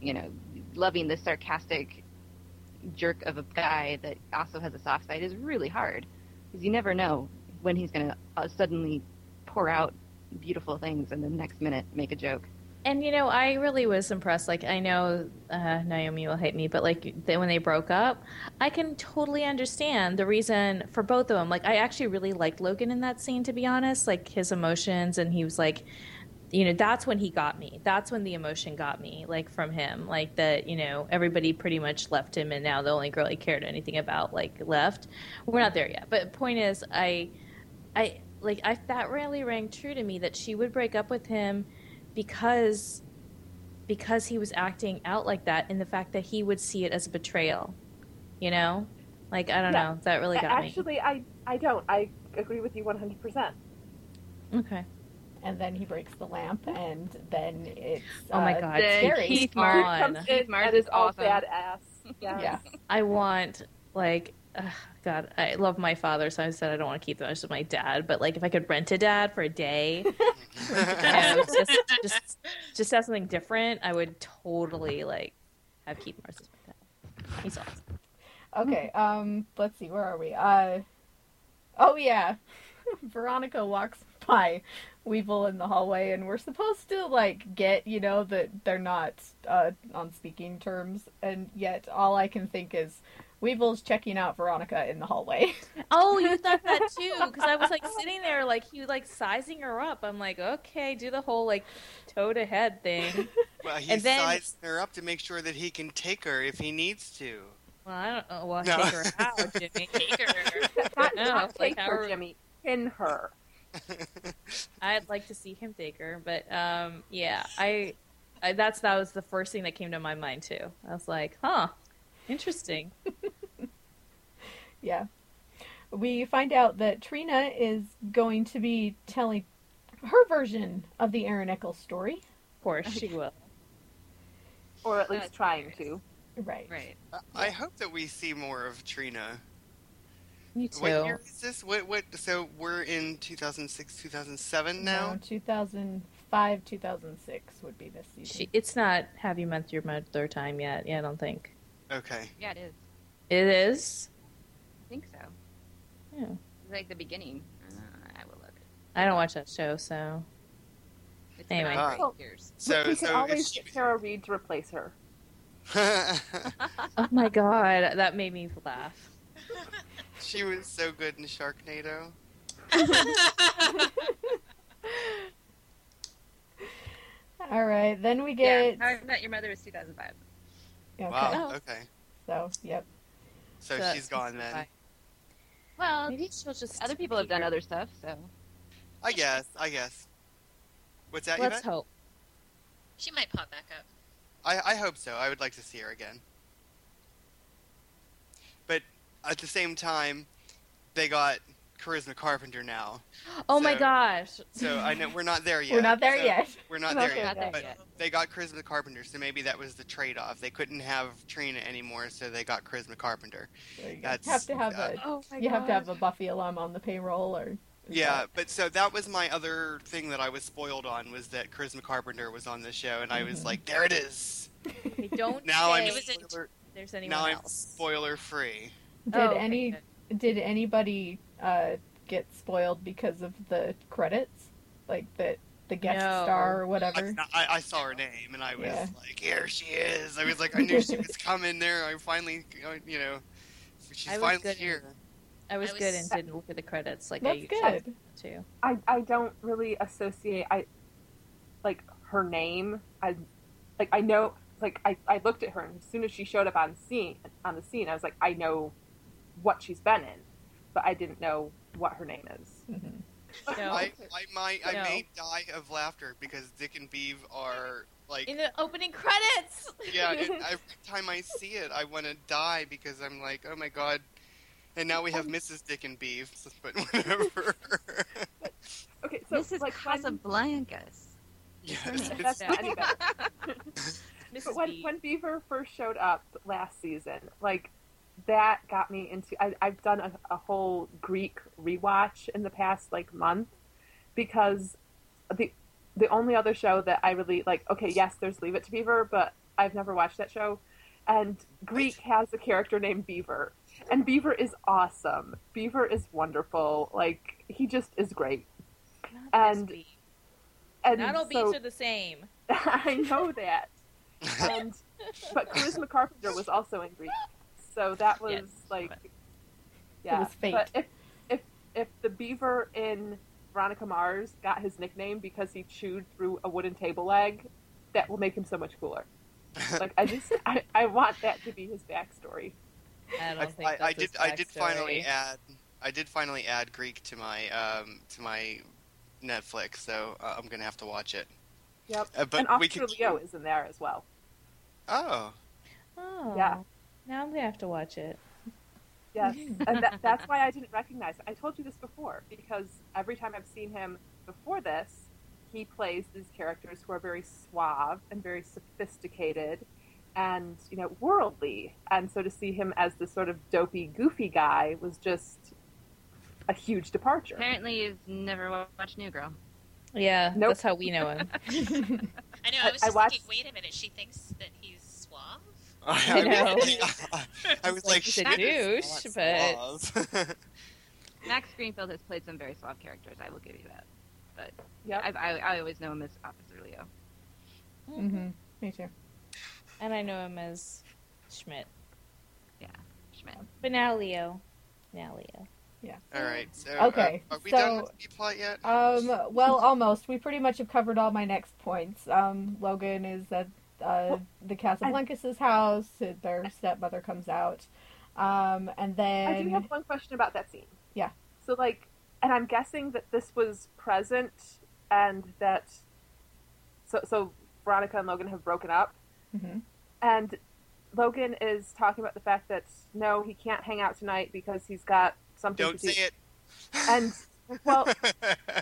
You know, loving this sarcastic jerk of a guy that also has a soft side is really hard because you never know when he's going to uh, suddenly pour out beautiful things and the next minute make a joke. And you know, I really was impressed. Like, I know uh, Naomi will hate me, but like they, when they broke up, I can totally understand the reason for both of them. Like, I actually really liked Logan in that scene, to be honest. Like his emotions, and he was like, you know, that's when he got me. That's when the emotion got me, like from him. Like that, you know, everybody pretty much left him, and now the only girl he cared anything about, like, left. We're not there yet, but point is, I, I like I that really rang true to me that she would break up with him because because he was acting out like that and the fact that he would see it as a betrayal you know like i don't Yeah. know that really got actually I I don't I agree with you 100. percent me okay And then he breaks the lamp, and then it's. oh my uh, god then scary. Keith Keith Mar- Mar- on. comes Keith in Mars and is is all awesome. badass. Yeah. Yeah. i want like ugh, god i love my father so i said i don't want to keep the much of my dad but like if i could rent a dad for a day you know, just, just just have something different i would totally like have keith mars as my dad he's awesome Okay, um, let's see, where are we? Uh, oh yeah, Veronica walks by Weevil in the hallway, and we're supposed to, like, get, you know, that they're not, uh, on speaking terms, and yet all I can think is Weevil's checking out Veronica in the hallway. Oh, you thought that too? Because I was like sitting there, like you like sizing her up. I'm like, okay, do the whole like toe to head thing. Well, he And then- sized her up to make sure that he can take her if he needs to. Well, I don't know. Well, No. take her out, Jimmy. Not, No, not like take her, our- Jimmy. Pin her. I'd like to see him take her, but um, yeah, I, I that's that was the first thing that came to my mind too. I was like, huh, interesting. Yeah. We find out that Trina is going to be telling her version of the Aaron Eccles story. Of course she will. Or at least That's trying hilarious. to. Right. Right. I- I hope that we see more of Trina. You What too. year is this? What? What? So we're in 2006, 2007 now. No, 2005, 2006 would be this season. She, it's not have you met your mother time yet. Yeah, I don't think Okay. Yeah, it is. it is. think so. Yeah. Like the beginning. Uh, I will look. I don't watch that show, so It's been Anyway. on for Oh. years. So, we can so if always she- get Tara Reid to replace her. Oh my god, that made me laugh. she was so good in Sharknado. All right, then we Yeah, get. How I Met Your Mother was 2005. Okay, Wow. Okay. so yep. So, So- she's gone then. Well, Maybe she'll just other people have done other stuff, so I guess. I guess. What's that? Let's Yvette? hope. she might pop back up. I, I hope so. I would like to see her again. But at the same time, they got Charisma Carpenter now. Oh my So- gosh. So I know we're not there yet. We're not there so yet. We're not Not there there yet. not there But yet. They got Charisma Carpenter, so maybe that was the trade off. They couldn't have Trina anymore, so they got Charisma Carpenter. There you go. That's- have to have uh, a. Oh my You have to have a Buffy alum on the payroll, or Yeah, but so that was my other thing that I was spoiled on was that Charisma Carpenter was on the show, and I was like, there it is. I don't Now I'm think It was a- spoiler, there's anyone now I'm else. spoiler free. did Oh, okay, any good. did anybody uh, get spoiled because of the credits, like the the guest No. star or I, whatever? I, I saw her name and I was Yeah. like, here she is. I was like, I knew she was coming there. I finally, uh, you know, she's I was finally good. here. I was I was- good and didn't look at the credits like I That's usually good. do. too. I, I don't really associate I like her name. I like I know like I, I looked at her and as soon as she showed up on scene on the scene I was like I know what she's been in, but I didn't know what her name is. Mhm. No. I, I might, I No. may die of laughter because Dick and Beeve are like, In the opening credits. yeah. And every time I see it, I want to die because I'm like, oh my god. And now we have Mrs. Dick and Beeve, but whatever. Okay, so This is like when- Casablancas. yes, it's- if that's not any better. Mrs. But when, B. when Beaver first showed up last season, like that got me into. I, I've done a, a whole Greek rewatch in the past like month because the the only other show that I really like. Okay, yes, there's Leave It to Beaver, but I've never watched that show. And Greek has a character named Beaver, and Beaver is awesome. Beaver is wonderful. Like he just is great. Not and- Miss B. And not all so- beats are the same. I know that. And but Charisma Carpenter was also in Greek, so that was Yes, like, but- yeah. was fate. But if if if the beaver in Veronica Mars got his nickname because he chewed through a wooden table leg, that will make him so much cooler. Like I just I, I want that to be his backstory. I I, don't think I, that's I did. his I did backstory. finally add. I did finally add Greek to my um, to my Netflix, so uh, I'm gonna have to watch it. Yep. Uh, but and we Oscar could. Leo is in there as well. Oh, Oh, Yeah. Now I'm gonna have to watch it. Yes, Mm-hmm. and that, that's why I didn't recognize him. I told you this before because every time I've seen him before this, he plays these characters who are very suave and very sophisticated, and you know worldly. And so to see him as this sort of dopey, goofy guy was just a huge departure. Apparently, you've never wa- watched New Girl. Yeah, Nope. that's how we know him. I know. I- I was I just watched- thinking. Wait a minute. She thinks that he's suave. I, know. was- I was like, He's a "Shit, douche, it's but- not suave." Max Greenfield has played some very suave characters. I will give you that. Yep. I've, I I always know him as Officer Leo. Mm-hmm. Me too. And I know him as Schmidt. Schmidt. But now Leo. Now Leo. All right. So, uh, Okay, Are, are we so- done with the plot yet? Um, well, almost. We pretty much have covered all my next points. Um, Logan is at uh, the Casablancas' house. Their stepmother comes out. Um, and then I do have one question about that scene. Yeah. So like, and I'm guessing that this was present, and that so so Veronica and Logan have broken up, Mhm. and Logan is talking about the fact that no, he can't hang out tonight because he's got something Don't to do. say it. And well,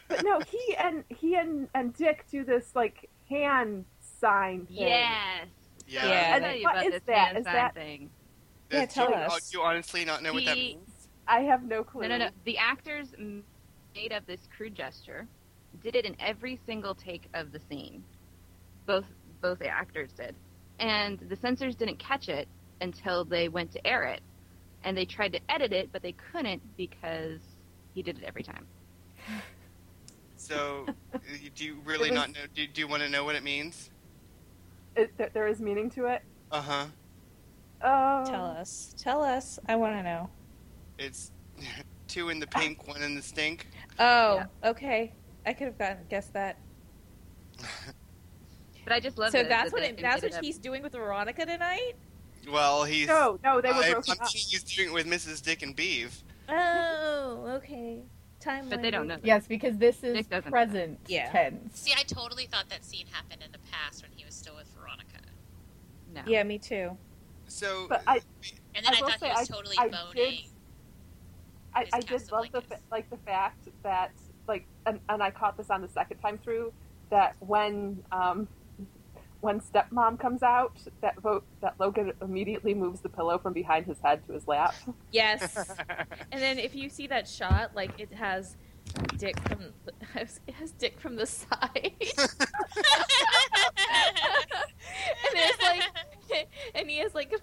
but no, he and he and and Dick do this like hand sign thing. Yes. yeah. Yeah. I'll tell you What about is this that? hand Is sign that- thing. Does Yeah, tell you, us. oh, you honestly not know what that He- means? I have no clue. No, no, no. The actors m- made up this crude gesture, did it in every single take of the scene. Both both the actors did, and the censors didn't catch it until they went to air it. and they tried to edit it, but they couldn't because he did it every time. So, uh, you- do you really It was- not know? Do, do you want to know what it means? It, there, there is meaning to it. Uh huh. Oh, Tell us. Tell us. I want to know. It's two in the pink, one in the stink. Oh, okay. I could have gotten guessed that. But I just love so that- that's that what they it, that's made what up. he's doing with Veronica tonight. Well, he's. No, no, they were I, I'm broken up. thinking he's doing it with Mrs. Dick and Beeve. Oh, okay. Time. But they don't know. that. Yes, because this is Nick doesn't. present Yeah. tense. See, I totally thought that scene happened in the past when he was still with Veronica. No. Yeah, me too. So, But I, And then I I, will thought he say, was I- totally I did- boning. I, It's I kind of did love the like this. fa- like the fact that like and, and I caught this on the second time through that when um when stepmom comes out that vote that Logan immediately moves the pillow from behind his head to his lap. Yes. and then if you see that shot, like it has Dick from it has Dick from the side, and it's like, and he has like a.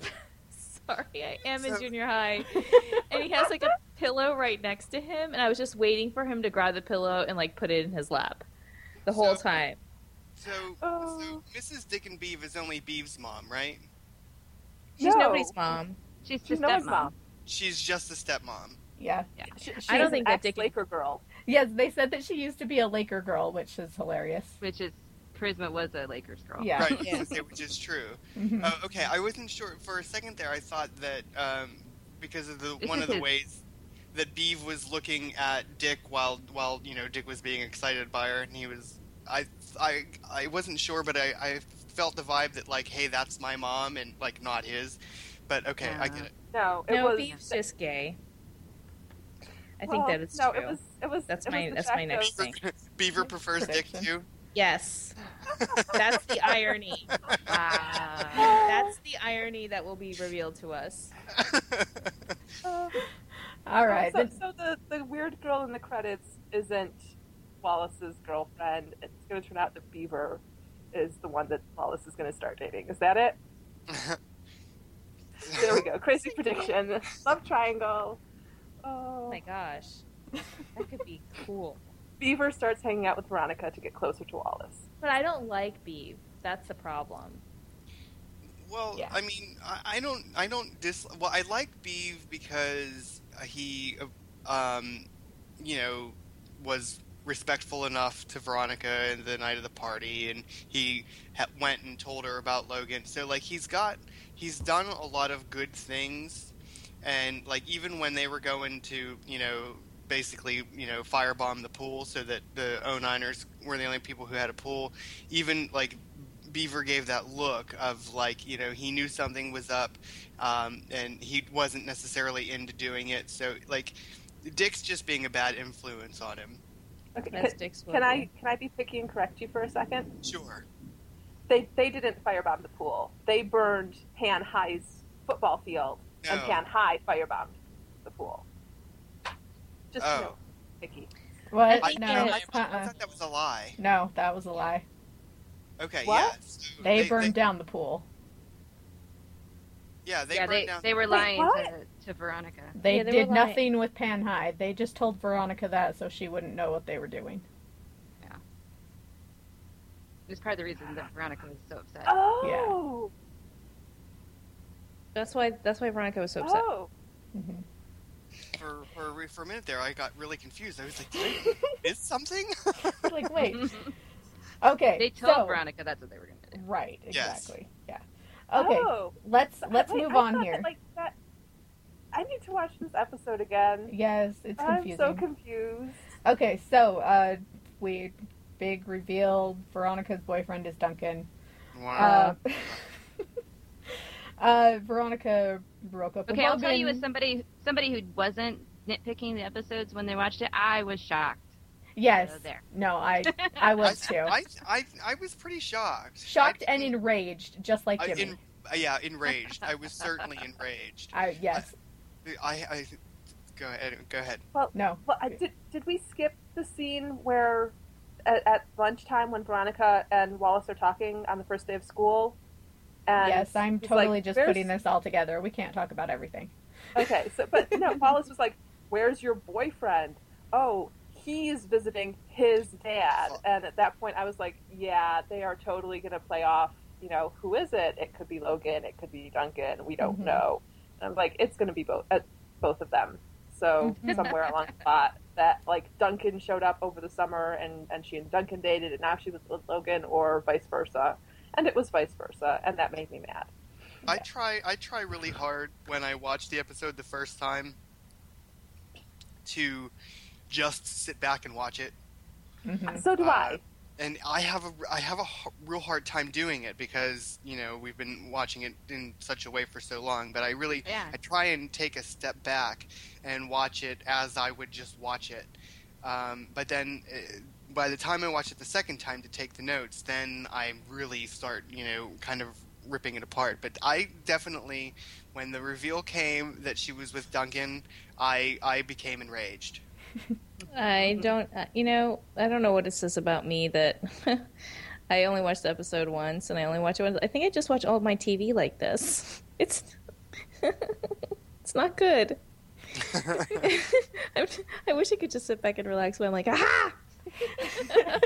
Sorry, I am in So- junior high, and he has like a pillow right next to him, and I was just waiting for him to grab the pillow and like put it in his lap, the whole So- time. so, so Oh. Mrs. Dick and Beeve is only Beeve's mom, right? She's No. nobody's mom. She's She's just no that one's mom. mom. She's just a stepmom. Yeah. She, she's I don't think an that Dick- Laker girl. Yes, they said that she used to be a Laker girl, which is hilarious. which is Prisma was a Lakers girl. Yeah. Right, I was gonna say, which is true. Mhm. Uh, okay, I wasn't sure. For a second there, I thought that um, because of the This one is of the his- ways that Beeve was looking at Dick while while you know Dick was being excited by her, and he was I I I wasn't sure, but I, I felt the vibe that like, hey, that's my mom, and like not his. But okay, I get it. No, it No, was Beef's just gay. I think well, that it's Oh, no, true. it was it was That's it my- was the that's my fact next of- thing. Beaver prefers Dick Prediction. too. Yes. That's the irony. Ah. Wow. That's the irony that will be revealed to us. Uh, All right. So, then- so the, the weird girl in the credits isn't Wallace's girlfriend. It's going to turn out that Beaver is the one that Wallace is going to start dating. Is that it? There we go. Crazy prediction. Love triangle. Oh. Oh my gosh. That could be cool. Beaver starts hanging out with Veronica to get closer to Wallace. But I don't like Beeve. That's the problem. Well, Yeah. I mean, I, I don't, I don't dis. Well, I like Beeve because he, uh, um, you know, was respectful enough to Veronica and the night of the party, and he ha- went and told her about Logan. So like, he's got, he's done a lot of good things, and like even when they were going to, you know. Basically, you know, firebomb the pool so that the 09ers were the only people who had a pool. Even like Beaver gave that look of like you know he knew something was up, um, and he wasn't necessarily into doing it. So like, Dick's just being a bad influence on him. Okay. That's Can, Dick's will can I be. can I be picky and correct you for a second? Sure. They they didn't firebomb the pool. They burned Pan High's football field and No. Pan High firebombed the pool. Just Oh. you know, picky. what? I, no, I- I uh-uh. thought that was a lie. no, that was a lie. Okay. What? Yeah. So They, burned down the pool. Yeah. They yeah, burned they, down. they were Wait, lying what? to, to Veronica. They Yeah, they did were lying. nothing with Pan High. They just told Veronica that so she wouldn't know what they were doing. It was part of the reason that Veronica was so upset. Oh. That's why that's why Veronica was so upset. Oh. Mhm. for, for for a minute there, I got really confused. I was like, did I miss something? like, wait. Okay. They told so- Veronica that's what they were going to do. Right. Yes. Exactly. Yeah. Okay. Oh. Let's let's Wait, move I on thought here. That, like that. I need to watch this episode again. yes, it's confusing. I'm so confused. Okay, so uh, we big reveal. Veronica's boyfriend is Duncan. Wow. Uh, uh, Veronica broke up with Okay, I'll tell you, Logan. as somebody somebody who wasn't nitpicking the episodes when they watched it, I was shocked. Yes. So Oh, there. No, I I was too I, I I was pretty shocked. Uh, shocked I- and enraged, just like I- Jimmy. in- yeah, enraged. I was certainly enraged. I yes. I, I go ahead. Go ahead. No. Well, I, did did we skip the scene where at, at lunchtime when Veronica and Wallace are talking on the first day of school, And yes, I'm he's totally like, just "Where's- putting this all together. We can't talk about everything. Okay, so but no, Wallace was like, "Where's your boyfriend?" Oh, he's visiting his dad, and at that point, I was like, "Yeah, they are totally gonna play off. You know, who is it? It could be Logan. It could be Duncan. We don't Mhm. know." And I'm like, "It's gonna be both uh, both of them." So somewhere along the lot, that like Duncan showed up over the summer, and and she and Duncan dated, and now she was with Logan, or vice versa, and it was vice versa, and that made me mad. I try I try really hard when I watch the episode the first time to just sit back and watch it. Mhm. So do Uh, I. And I have a I have a h- real hard time doing it because you know we've been watching it in such a way for so long. But I really Yeah. I try and take a step back and watch it as I would just watch it. Um, but then, uh, by the time I watch it the second time to take the notes, then I really start, you know, kind of ripping it apart. But I definitely, when the reveal came that she was with Duncan, I I became enraged. I don't, uh, you know, I don't know what it says about me that I only watched the episode once and I only watch it once. I think I just watch all of my TV like this. It's it's not good. I'm, I wish I could just sit back and relax, but I'm like, aha! I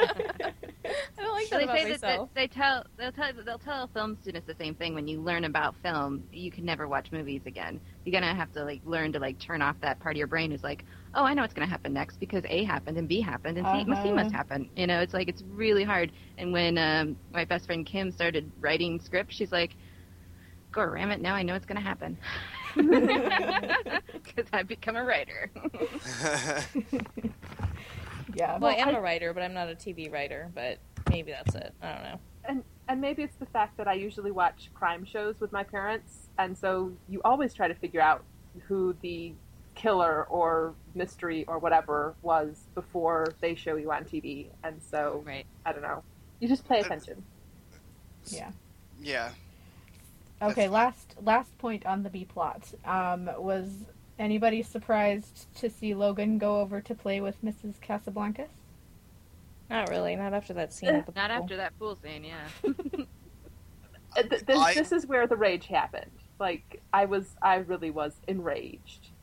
don't like Well, that they about say that- myself. that they tell they'll tell they'll tell film students the same thing. When you learn about film, you can never watch movies again. You're gonna have to like learn to like turn off that part of your brain who's like, oh, I know what's gonna happen next because A happened and B happened and C, must C Uh-huh. must happen. You know, it's like it's really hard. And when um, my best friend Kim started writing scripts, she's like, "Go ram it! Now I know it's gonna happen." Mm-hmm. Because I've become a writer. Yeah. Well, I Well, am a writer, but I'm not a TV writer, but maybe that's it. I don't know. and maybe it's the fact that I usually watch crime shows with my parents, and so you always try to figure out who the killer or mystery or whatever was before they show you on TV. And so right. I don't know. You just pay attention. yeah. yeah. Okay. Last last point on the B plot um, was anybody surprised to see Logan go over to play with Mrs. Casablancas? Not really. Not after that scene. with the Not pool. after that pool scene, yeah. Uh, th- This, I- this is where the rage happened. Like I was, I really was enraged.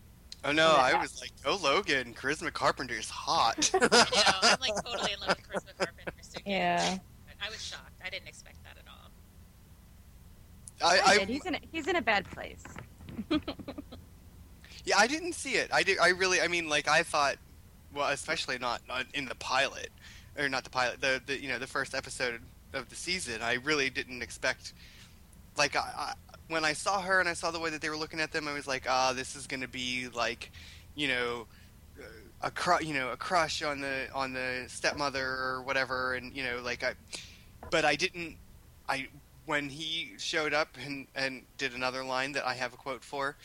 Oh no, Yeah. I was like, oh Logan, Charisma Carpenter's hot. I know. I'm like totally in love with Charisma Carpenter. So get it. Yeah. I was shocked. I didn't expect that at all. I, I he's in a, he's in a bad place. yeah, I didn't see it. I did, I really, I mean, like I thought, well, especially not, not in the pilot, or not the pilot, the, the you know the first episode of the season. I really didn't expect, like I, I when I saw her and I saw the way that they were looking at them, I was like, ah, this is gonna be like, you know. A cru- you know, a crush on the on the stepmother or whatever, and you know, like I, but I didn't. I when he showed up and and did another line that I have a quote for,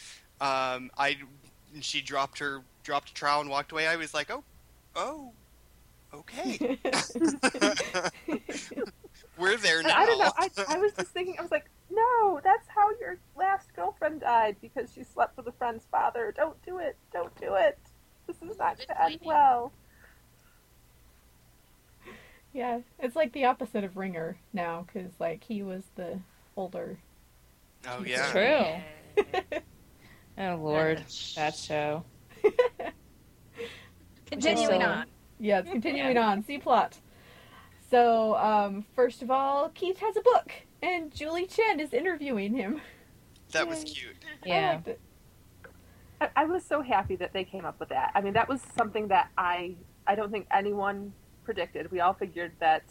um, I she dropped her dropped a trowel and walked away. I was like, oh, oh, okay, we're there And now. I don't know. I, I was just thinking. I was like, no, that's how your last girlfriend died because she slept with a friend's father. Don't do it. Don't do it. This is not going to end well. Yeah, it's like the opposite of Ringer now, because like he was the older. oh It's yeah, True. Oh Lord, that show. Continuing So- on. Yeah, it's continuing on. C plot. So um, first of all, Keith has a book, and Julie Chen is interviewing him. that was cute. I Yeah. liked it. I, I was so happy that they came up with that. I mean, that was something that I I don't think anyone predicted. We all figured that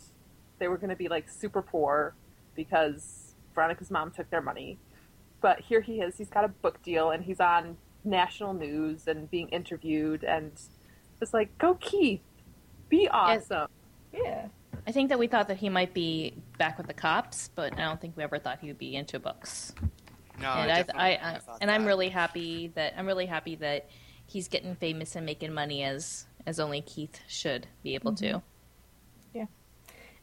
they were going to be like super poor because Veronica's mom took their money. But here he is. He's got a book deal and he's on national news and being interviewed and it's like, "Go Keith. Be awesome." Yeah. I think that we thought that he might be back with the cops, but I don't think we ever thought he would be into books. No, and I, Oh, definitely I, wouldn't I have thought and I'm that. really happy that I'm really happy that he's getting famous and making money as as only Keith should be able to. Mm-hmm.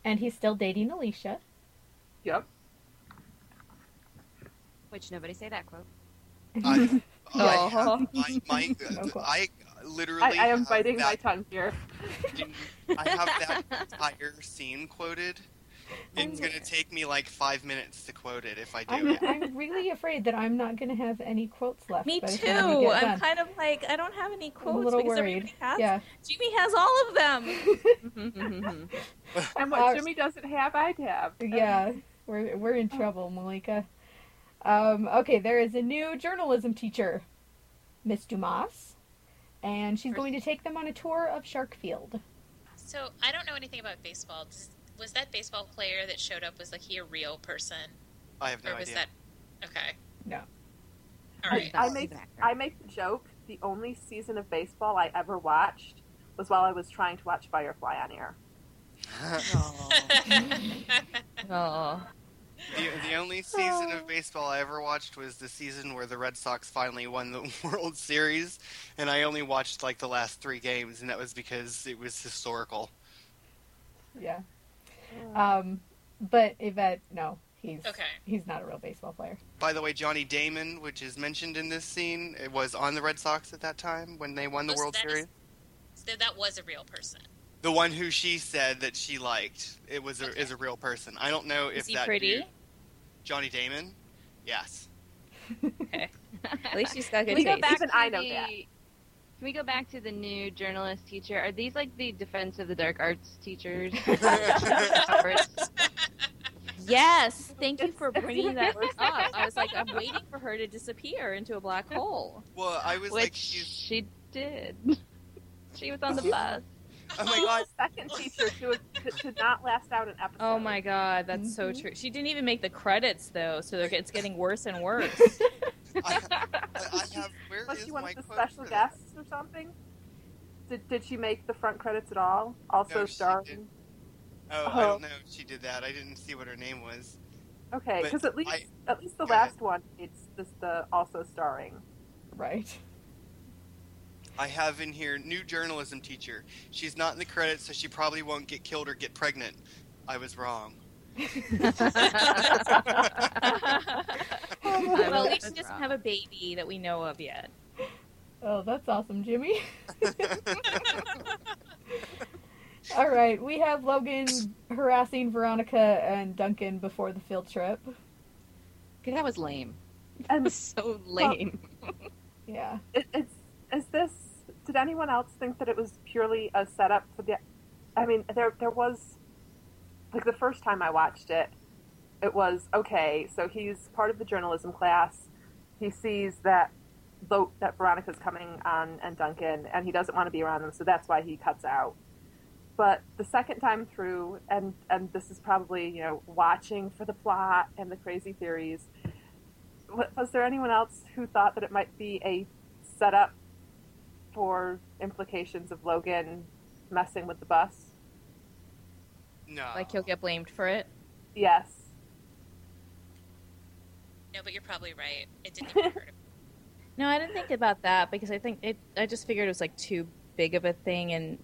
And he's still dating Alicia. Yep. Which nobody say that quote. I, I, Oh. have my, my, No call. I literally. I, I am have biting my that, tongue here. I have that entire scene quoted Oh It's going to take me like five minutes to quote it if I do I'm, it. I'm really afraid that I'm not going to have any quotes left. Me by the too. time we get I'm done. kind of like I don't have any I'm a quotes little because worried. everybody has. Yeah. Jimmy has all of them. And what Uh, Jimmy doesn't have, I have. Yeah, we're we're in trouble, Malika. Um, okay, there is a new journalism teacher, Miss Dumas, and she's going to take them on a tour of Sharkfield. So I don't know anything about baseball. Does, was that baseball player that showed up was like he a real person, I have no or was idea. that okay? No. All I, right. I make I make the joke. The only season of baseball I ever watched was while I was trying to watch Firefly on air. Oh, the, the only season Oh. of baseball I ever watched was the season where the Red Sox finally won the World Series, and I only watched like the last three games, and that was because it was historical. Yeah. Oh. Um, but Yvette, no, he's Okay. he's not a real baseball player. By the way, Johnny Damon, which is mentioned in this scene, it was on the Red Sox at that time when they won the Oh, so World that is- Series. so that was a real person. The one who she said that she liked, it was a, Okay. is a real person. I don't know if is he that pretty? dude- Johnny Damon. Yes. At least she's got good We taste. go back Even to I know the- that. Can we go back to the new journalist teacher? Are these like the defense of the dark arts teachers? Yes, thank you for It's- bringing that up. I was like, I'm waiting for her to disappear into a black hole. Well, I was Which like, she's, she did. She was on the bus. oh my god, Second teacher to, to, to not last out an episode. Oh my god, that's so Mm-hmm. Mhm. true. She didn't even make the credits though, so they're, it's getting worse and worse. I, I I have. Where Unless is you my wanted the quote special for that? guests or something. Did, did she make the front credits at all? Also No, she starring. didn't. Oh, I don't know if she did that. I didn't see what her name was. Okay, But because at least I- at least the Go ahead. last one it's just the also starring. Right. I have in here new journalism teacher. She's not in the credits, so she probably won't get killed or get pregnant. I was wrong. well, at least she doesn't have a baby that we know of yet. Oh, that's awesome, Jimmy. All right, we have Logan harassing Veronica and Duncan before the field trip. that was lame. That And was so lame. Yeah. it, it's is this? Did anyone else think that it was purely a setup for the? I mean, there there was like the first time I watched it, it was okay. So he's part of the journalism class. He sees that Lo- that Veronica's coming on and Duncan, and he doesn't want to be around them, so that's why he cuts out. But the second time through, and and this is probably you know watching for the plot and the crazy theories. wa- Was there anyone else who thought that it might be a setup for implications of Logan messing with the bus? No. Like he'll get blamed for it. Yes. No, but you're probably right. It didn't even hurt him. No, I didn't think about that because I think it. I just figured it was like too big of a thing, and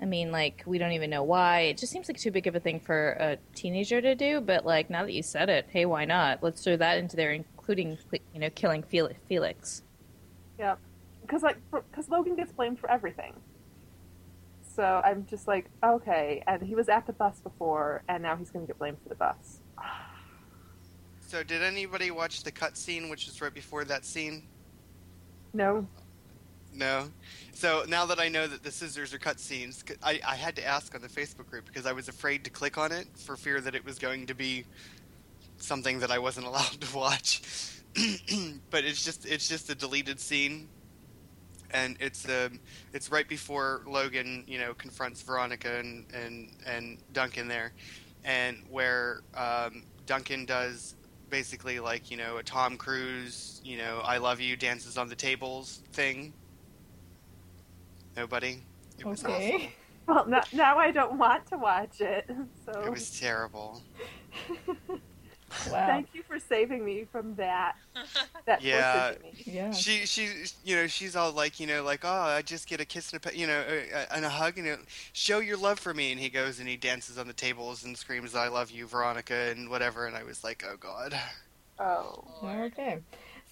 I mean, like we don't even know why. It just seems like too big of a thing for a teenager to do. But like now that you said it, hey, why not? Let's throw that into there, including you know killing Fel- Felix. Yep. Because like because Logan gets blamed for everything. So I'm just like okay, and he was at the bus before, and now he's going to get blamed for the bus. So, did anybody watch the cut scene, which is right before that scene? No. No. So now that I know that the scissors are cutscenes, c- I, I had to ask on the Facebook group because I was afraid to click on it for fear that it was going to be something that I wasn't allowed to watch. but it's just it's just a deleted scene, and it's um it's right before Logan you know confronts Veronica and and and Duncan there, and where um, Duncan does basically like you know a Tom Cruise, you know I love you dances on the tables thing. Nobody. It was Okay. Well, no, now I don't want to watch it. So awful. It was terrible. Wow. thank you for saving me from that. That Yeah. tortured me. Yeah. She she you know she's all like you know like oh I just get a kiss and a pe- you know uh, and a hug and it, show your love for me and he goes and he dances on the tables and screams I love you Veronica and whatever and I was like oh god. Oh. Or- Okay.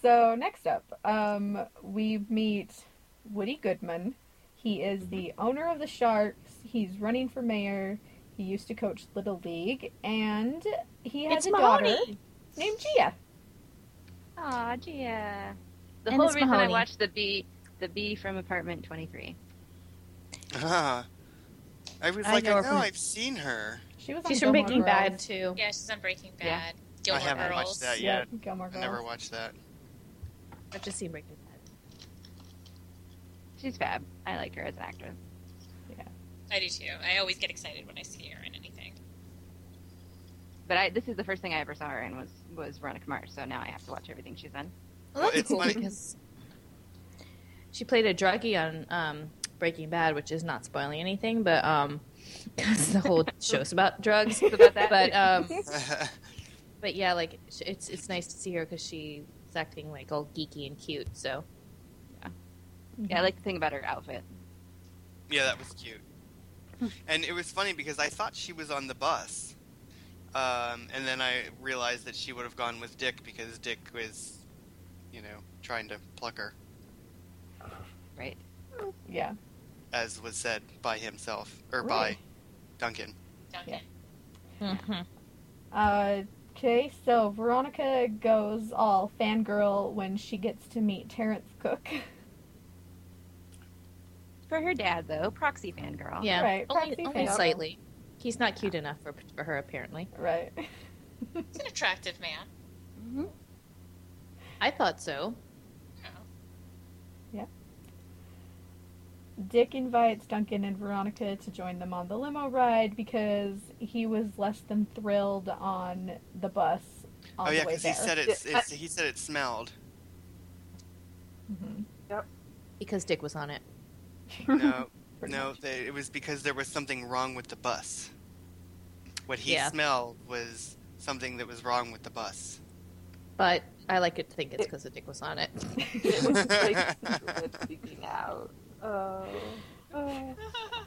So next up, um, we meet Mm-hmm. Woody Goodman. He is the owner of the Sharks. He's running for mayor. He used to coach Little League, and he has It's a daughter Mahoney. named Gia. Aw, Gia. The And whole it's reason I Mahoney. watched the bee, the bee from Apartment 23. Ah. I was I like, know I her know from- I've seen her. She was on She's from Gilmore Breaking Girls. Bad too. Yeah, she's on Breaking Yeah. Bad. Gilmore I haven't Girls. watched that Yeah, yet. Gilmore I Girls. Uh-huh. never watched that. I've just seen Breaking Bad. She's fab. I like her as an actress. I do too. I always get excited when I see her in anything. But I, this is the first thing I ever saw her in was was Veronica Mars. So now I have to watch everything she's in. Well, that's Well, it's cool funny- because she played a druggie on um, Breaking Bad, which is not spoiling anything, but um, 'cause the whole show's about drugs. It's about that. But um, but yeah, like sh- it's it's nice to see her because she's acting like all geeky and cute. So Mm-hmm. yeah, I like the thing about her outfit. yeah, that was cute. and it was funny because I thought she was on the bus. Um, and then I realized that she would have gone with Dick because Dick was, you know, trying to pluck her, Right. Yeah. as was said by himself, or by Duncan. Duncan. Mm-hmm. Uh, Okay, so Veronica goes all fangirl when she gets to meet Terrence Cook. For her dad though, proxy fangirl. yeah, Right, only, proxy only fan. slightly. He's not cute enough for, for her apparently. Right. He's an attractive man. hmm I thought so. Dick invites Duncan and Veronica to join them on the limo ride because he was less than thrilled on the bus on oh yeah, the way because there. he said it. It's, he said it smelled. Mhm. Because Dick was on it. No, Pretty no, much. they, it was because there was something wrong with the bus. What he Yeah. smelled was something that was wrong with the bus. But I like it to think it's because the Dick was on it. It was like secret speaking out. Oh. Oh.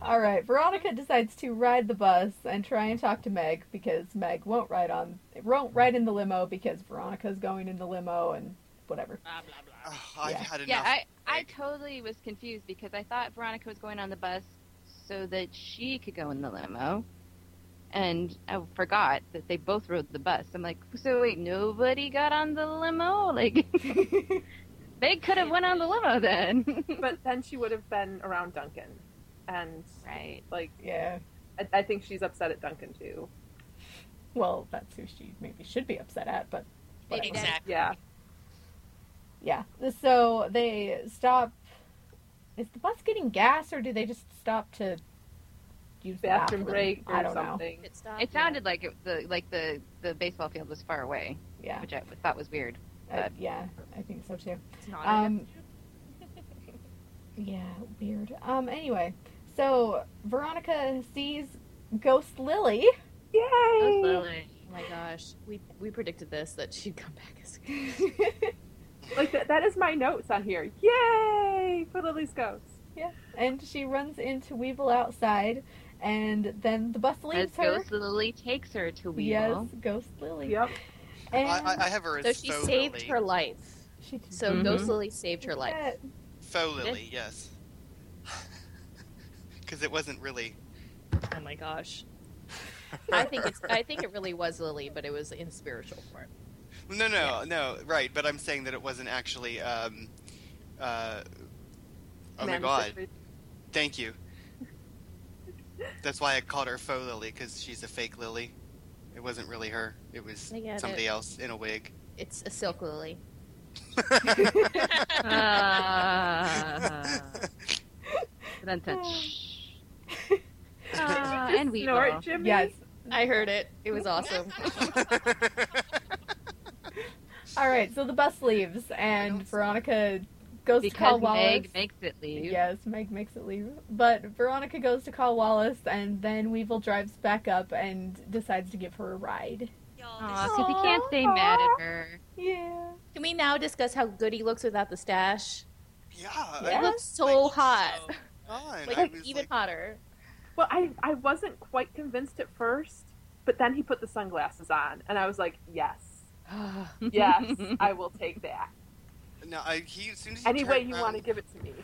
All right, Veronica decides to ride the bus and try and talk to Meg because Meg won't ride on won't ride in the limo because Veronica's going in the limo and whatever. Oh, I've Yeah. had enough. Yeah, I, I totally was confused because I thought Veronica was going on the bus so that she could go in the limo. And I forgot that they both rode the bus. I'm like, so wait, nobody got on the limo? Like, they could have went on the limo then. But then she would have been around Duncan. And, right. like, Yeah. I, I think she's upset at Duncan, too. Well, that's who she maybe should be upset at, but whatever. Exactly. Yeah. Yeah. So they stop. Is the bus getting gas, or do they just stop to use the Bathroom bathroom? break or I don't know. something. It sounded like it, the like the, the baseball field was far away, Yeah. which I thought was weird. I, yeah. I think so too. It's not Um. yeah. Weird. Um. Anyway, so Veronica sees Ghost Lily. Yay! Oh my gosh, we we predicted this that she'd come back as Like, that, that is my notes on here. Yay! For Lily's Ghost. and she runs into Weevil outside, and then the bus As leaves her. Ghost Lily takes her to Yes, Weevil. Ghost Lily. Yep. And I, I, I have her so as she faux saved Lily. her life. she did So Mhm. Ghost Lily saved her life. Faux Lily, yes. Because it wasn't really. Oh my gosh. I think it's I think it really was Lily, but it was in spiritual form. No, no, no, right. But I'm saying that it wasn't actually. Um, uh, oh my god. Thank you. That's why I called her faux Lily, because she's a fake Lily. It wasn't really her, it was I get somebody it. else in a wig. It's a silk lily. Ah. Dun, dun, shh. Ah, and we Snort, Jimmy. Yes. I heard it. It was awesome. All right. So the bus leaves, and Veronica goes to call because Wallace. Meg makes it leave. Yes, Meg makes it leave. But Veronica goes to call Wallace, and then Weevil drives back up and decides to give her a ride. Y'all, Aw, 'cause he can't stay mad at her. Yeah. Can we now discuss how good he looks without the stash? yeah. Yeah. He looks so hot. Like even like, hotter. Well, I, I wasn't quite convinced at first, but then he put the sunglasses on, and I was like, yes, yes, I will take that. no, I, he, as soon as he Any way turned you around- want to give it to me.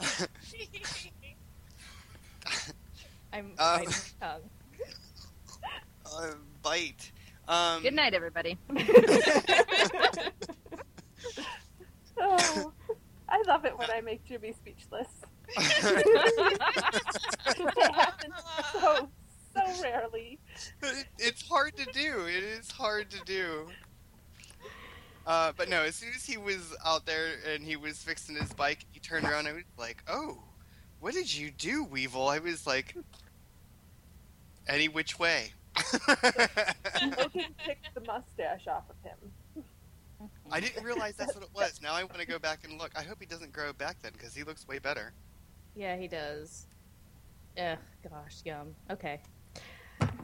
this- I'm Uh, biting my tongue. Uh, bite. Um, Good night, everybody. Oh, I love it when I make Jimmy speechless. It happens so so rarely. it's hard to do. It is hard to do. Uh, but no, as soon as he was out there and he was fixing his bike, he turned around and was like, "Oh, what did you do, Weevil?" I was like, "Any which way." Logan picked the mustache off of him. I didn't realize that's what it was. Now I want to go back and look. I hope he doesn't grow it back then because he looks way better. Yeah, he does. Ugh, gosh, yum. Okay.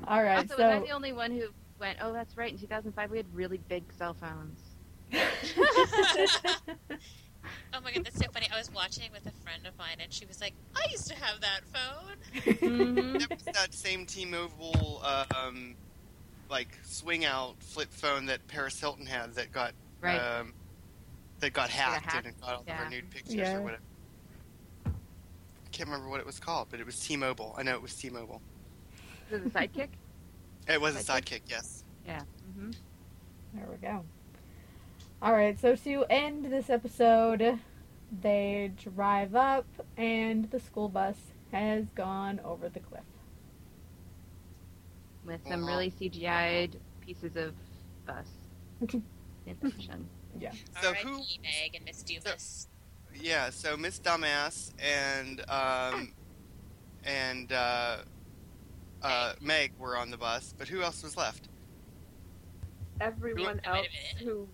All right, also, was I so the only one who went, oh, that's right, in 2005 we had really big cell phones? oh my god, that's so funny. I was watching with a friend of mine, and she was like, "I used to have that phone." Mm-hmm. That was that same T-Mobile, uh, um, like swing out flip phone that Paris Hilton had that got Right. um, that got hacked, hacked, and it got all of yeah. her nude pictures Yeah. or whatever. I can't remember what it was called, but it was T-Mobile. I know it was T-Mobile. Was it the sidekick? It was a Like- sidekick, yes. Yeah. Mm-hmm. there we go. All right, so to end this episode, they drive up, and the school bus has gone over the cliff. With some really CGI'd pieces of bus. Inception. So R.I.P. who? Meg and Miss Dumas. Yeah. So Miss Dumbass and um, and uh, uh, Meg were on the bus, but who else was left? Everyone Wait a else minute. who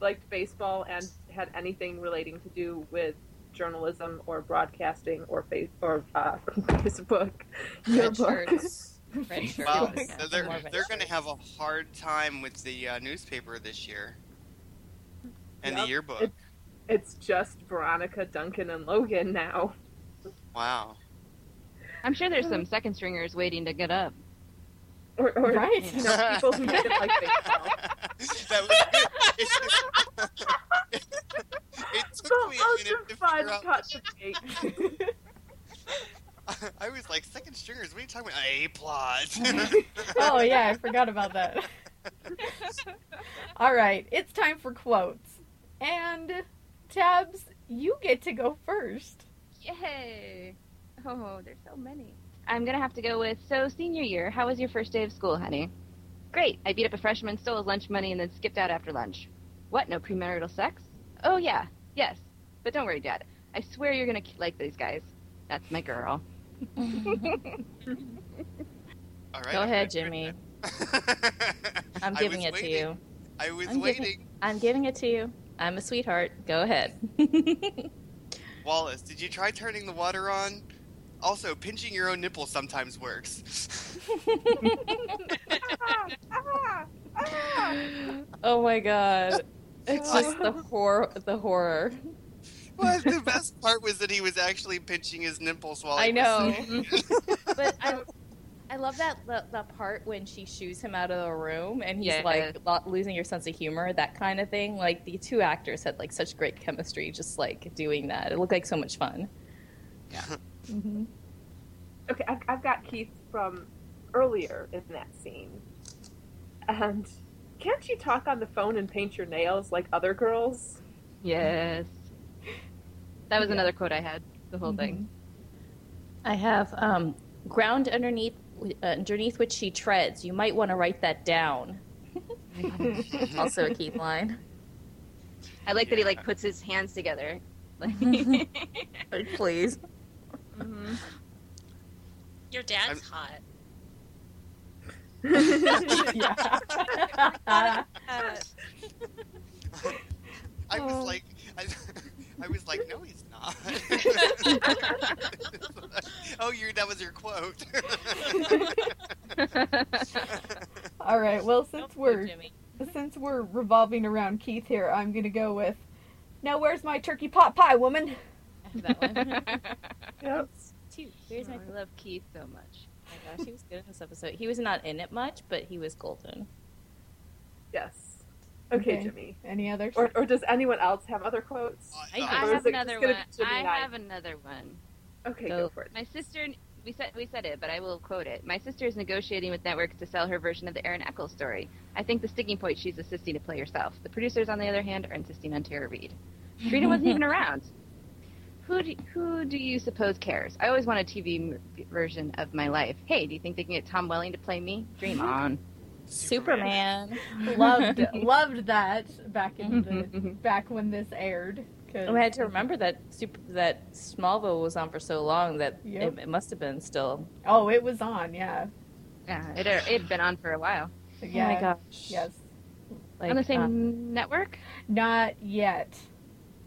liked baseball and had anything relating to do with journalism or broadcasting or face or uh, Facebook, your Red book. shirts. Red shirts. Wow, Yeah, so they're more red they're going to shirts. have a hard time with the uh, newspaper this year, and Yep. the yearbook. It- It's just Veronica, Duncan, and Logan now. Wow. I'm sure there's some second stringers waiting to get up. Or, or Right. you know, people who didn't like baseball. that was good. It, took me a the minute to ultra fun figure out. cut to make. I was like, second stringers, what are you talking about? A plot. oh yeah, I forgot about that. All right, it's time for quotes. And Tabs, you get to go first. Yay! Oh, there's so many. I'm gonna have to go with so senior year. How was your first day of school, honey? Great. I beat up a freshman, stole his lunch money, and then skipped out after lunch. What? No premarital sex? Oh yeah, yes. But don't worry, Dad. I swear you're gonna like these guys. That's my girl. All right. Go I'm ahead, gonna- Jimmy. I'm I giving was it waiting. to you. I was I'm waiting. giving- I'm giving it to you. I'm a sweetheart. Go ahead. Wallace, did you try turning the water on? Also, pinching your own nipple sometimes works. Ah, oh my god. It's just the horror the horror. well, the best part was that he was actually pinching his nipples while he I was know. Mm-hmm. saying but I I love that that that part when she shoos him out of the room and he's Yeah. like lo- losing your sense of humor, that kind of thing. Like the two actors had like such great chemistry just like doing that. It looked like so much fun. Mm-hmm. okay, I've, I've got Keith from earlier in that scene. And can't you talk on the phone and paint your nails like other girls? Yes. That was another quote I had. The whole thing. I have um, ground underneath uh, underneath which she treads. You might want to write that down. also a Keith line. I like that he like Yeah. puts his hands together. Like, Please. Your dad's hot. Mm-hmm. yeah. I was like, I, I was like, no, he's not. oh, you that was your quote. All right. Well, since we're Jimmy. since we're revolving around Keith here, I'm gonna go with. Now, where's my turkey pot pie, woman? That one. Yep. Two. Here's my. I love Keith so much. Oh my gosh, he was good in this episode. He was not in it much, but he was golden. Yes. Okay, Okay. Jimmy. Any others? Or, or does anyone else have other quotes? Uh, I I Or is have it just another gonna one. be Jimmy I Knight? have another one. Okay, Go. go for it. My sister we said we said it, but I will quote it. My sister is negotiating with networks to sell her version of the Aaron Eccles story. I think the sticking point she's insisting to play herself. The producers, on the other hand, are insisting on Tara Reid. Trina wasn't even around. Who do, who do you suppose cares? I always want a TV m- version of my life. Hey, do you think they can get Tom Welling to play me? Dream on. Superman. loved loved that back in the back when this aired. 'cause- I Oh, had to remember that super, that Smallville was on for so long that Yep. it, it must have been still. oh, it was on. Yeah, Yeah, it it had been on for a while yeah. Oh my gosh. Yes, Like, on the same uh, network. not yet.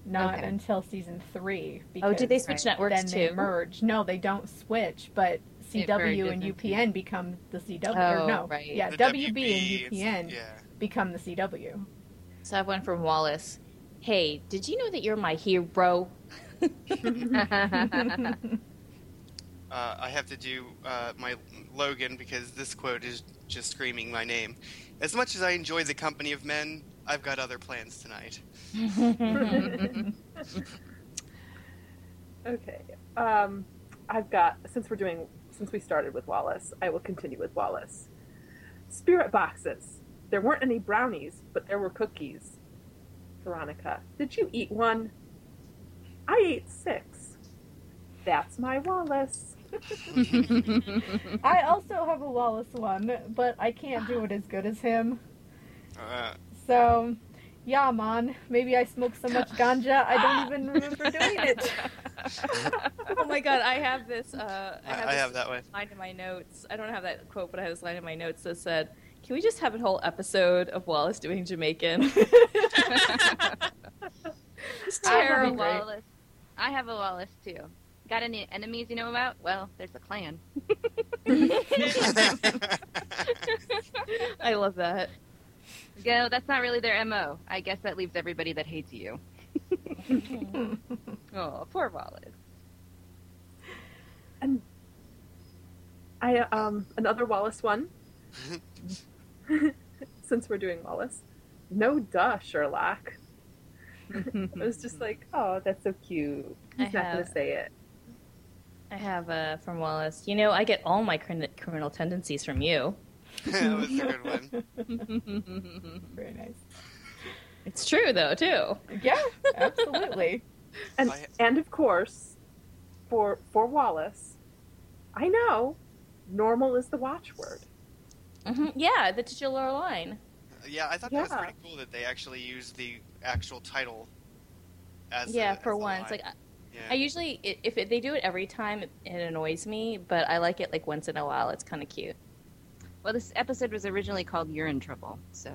Not Okay. until season three. oh, did they because switch Right. networks then they too? merge. No, they don't switch, but CW and merges into- UPN become the CW. Oh, or no, right. yeah, The WB it's- and UPN Yeah. become the CW. So I have one from Wallace. Hey, did you know that you're my hero? Uh, I have to do uh, my Logan because this quote is just screaming my name. As much as I enjoy the company of men, I've got other plans tonight. Oh Okay. Um, I've got since we're doing since we started with Wallace, I will continue with Wallace. Spirit boxes. There weren't any brownies, but there were cookies. Veronica, did you eat one? I ate six. That's my Wallace. I also have a Wallace one, but I can't do it as good as him. Uh, So, yeah, man. Maybe I smoke so much ganja I don't even remember doing it. oh my god, I have this. Uh, I, I have that one. line in my notes. I don't have that quote, but I have this line in my notes that said, "Can we just have a whole episode of Wallace doing Jamaican?" it's I have a terrible. Wallace. I have a Wallace too. Got any enemies you know about? Well, there's a clan. I love that. Go. That's not really their mo. I guess that leaves everybody that hates you. oh, poor Wallace. I uh, um another Wallace one. Since we're doing Wallace, no duh, Sherlock. it was just like, oh, that's so cute. I He's not gonna have- say it. I have uh, from Wallace. You know, I get all my crin- criminal tendencies from you. that was the good one. Very nice. It's true though, too. Yeah, absolutely. And I- and of course, for for Wallace, I know normal is the watchword. hmm Yeah, the titular line. Yeah, I thought that was Yeah. pretty cool that they actually used the actual title. As yeah, the, for as the once, line. like I, yeah. I usually i- if it, they do it every time, it, it annoys me. But I like it like once in a while. It's kind of cute. Well, this episode was originally called "You're in Trouble," so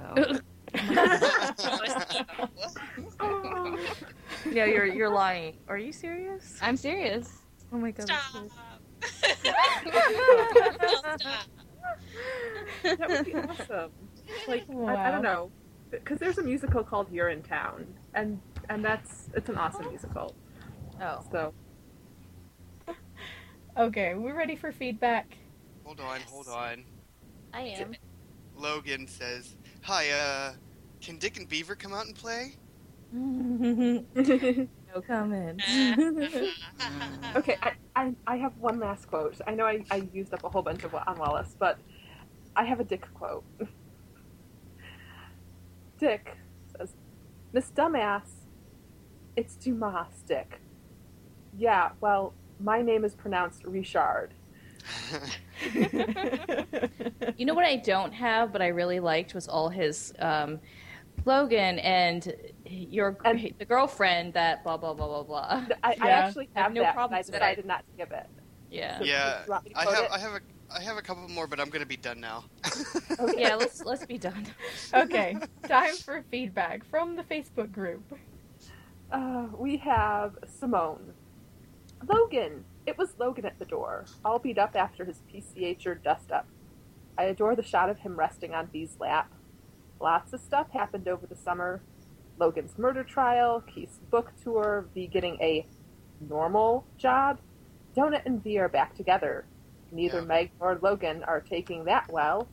No, you're you're lying. Are you serious? I'm serious. Oh my god. Stop. Don't stop. That would be awesome. Like I, I Wow. don't know, because there's a musical called You're in Town, and and that's it's an awesome musical. Oh. So Okay, we're ready for feedback. hold on, hold on. I am. Logan says, "Hi, uh, can Dick and Beaver come out and play?" no comment. okay, I, I I have one last quote. I know I, I used up a whole bunch of wa- on Wallace, but I have a Dick quote. Dick says, "Miss Dumbass, it's Dumas, Dick. Yeah, well, my name is pronounced Richard. you know what I don't have, but I really liked was all his um, Logan and your And- the girlfriend that blah blah blah blah blah. I, I Yeah, actually I have have no that, problems with but I that. decided not to give it. Yeah. So, Yeah, do you want me to I quote have, it? I have a, I have a couple more, but I'm gonna be done now. Yeah, let's let's be done. Okay, time for feedback from the Facebook group. Uh, we have Simone. Logan. It was Logan at the door, all beat up after his PCH or dust up. I adore the shot of him resting on Bee's lap. Lots of stuff happened over the summer. Logan's murder trial, Keith's book tour, V getting a normal job. Donut and V are back together. Neither Yeah. Meg nor Logan are taking that well.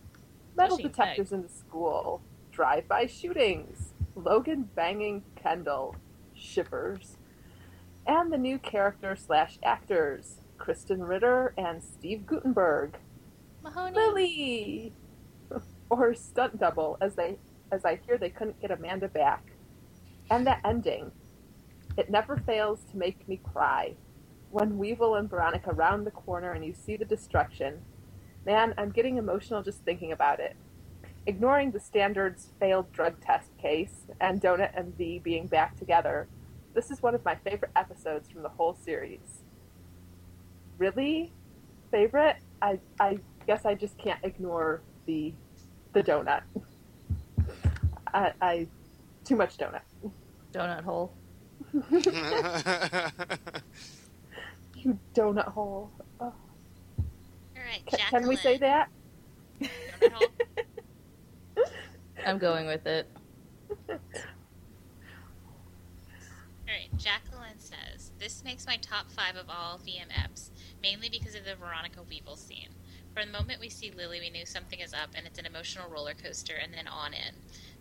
Metal Especially Meg. detectors in the school. Drive by shootings. Logan banging Kendall. Shivers. And the new character slash actors. Kristen Ritter and Steve Gutenberg. Mahoney. Lily, or stunt double, as they as I hear they couldn't get Amanda back, and that ending. It never fails to make me cry. When Weevil and Veronica round the corner and you see the destruction, man, I'm getting emotional just thinking about it. Ignoring the standards failed drug test case and Donut and V being back together, this is one of my favorite episodes from the whole series. Really? Favorite? I, I guess I just can't ignore the the donut. I, I too much donut. Donut hole. You donut hole. Oh, All right, ca- Jacqueline. can we say that? Donut hole? I'm going with it. All right, Jacqueline says this makes my top five of all VM eps, mainly because of the Veronica Weevil scene. From the moment we see Lily, we knew something is up, and it's an emotional roller coaster, and then on in.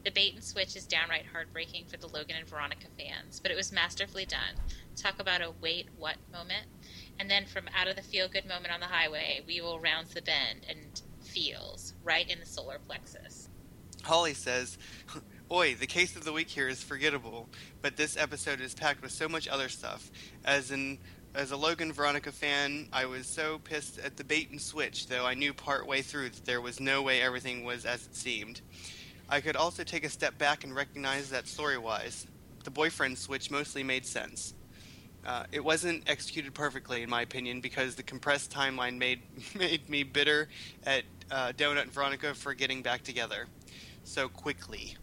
The bait and switch is downright heartbreaking for the Logan and Veronica fans, but it was masterfully done. Talk about a wait what moment. And then from out of the feel good moment on the highway, Weevil rounds the bend and feels right in the solar plexus. Holly says, Oi, the case of the week here is forgettable, but this episode is packed with so much other stuff. As an as a Logan Veronica fan, I was so pissed at the bait and switch, though I knew part way through that there was no way everything was as it seemed. I could also take a step back and recognize that story wise, the boyfriend switch mostly made sense. Uh, it wasn't executed perfectly, in my opinion, because the compressed timeline made made me bitter at uh, Donut and Veronica for getting back together so quickly.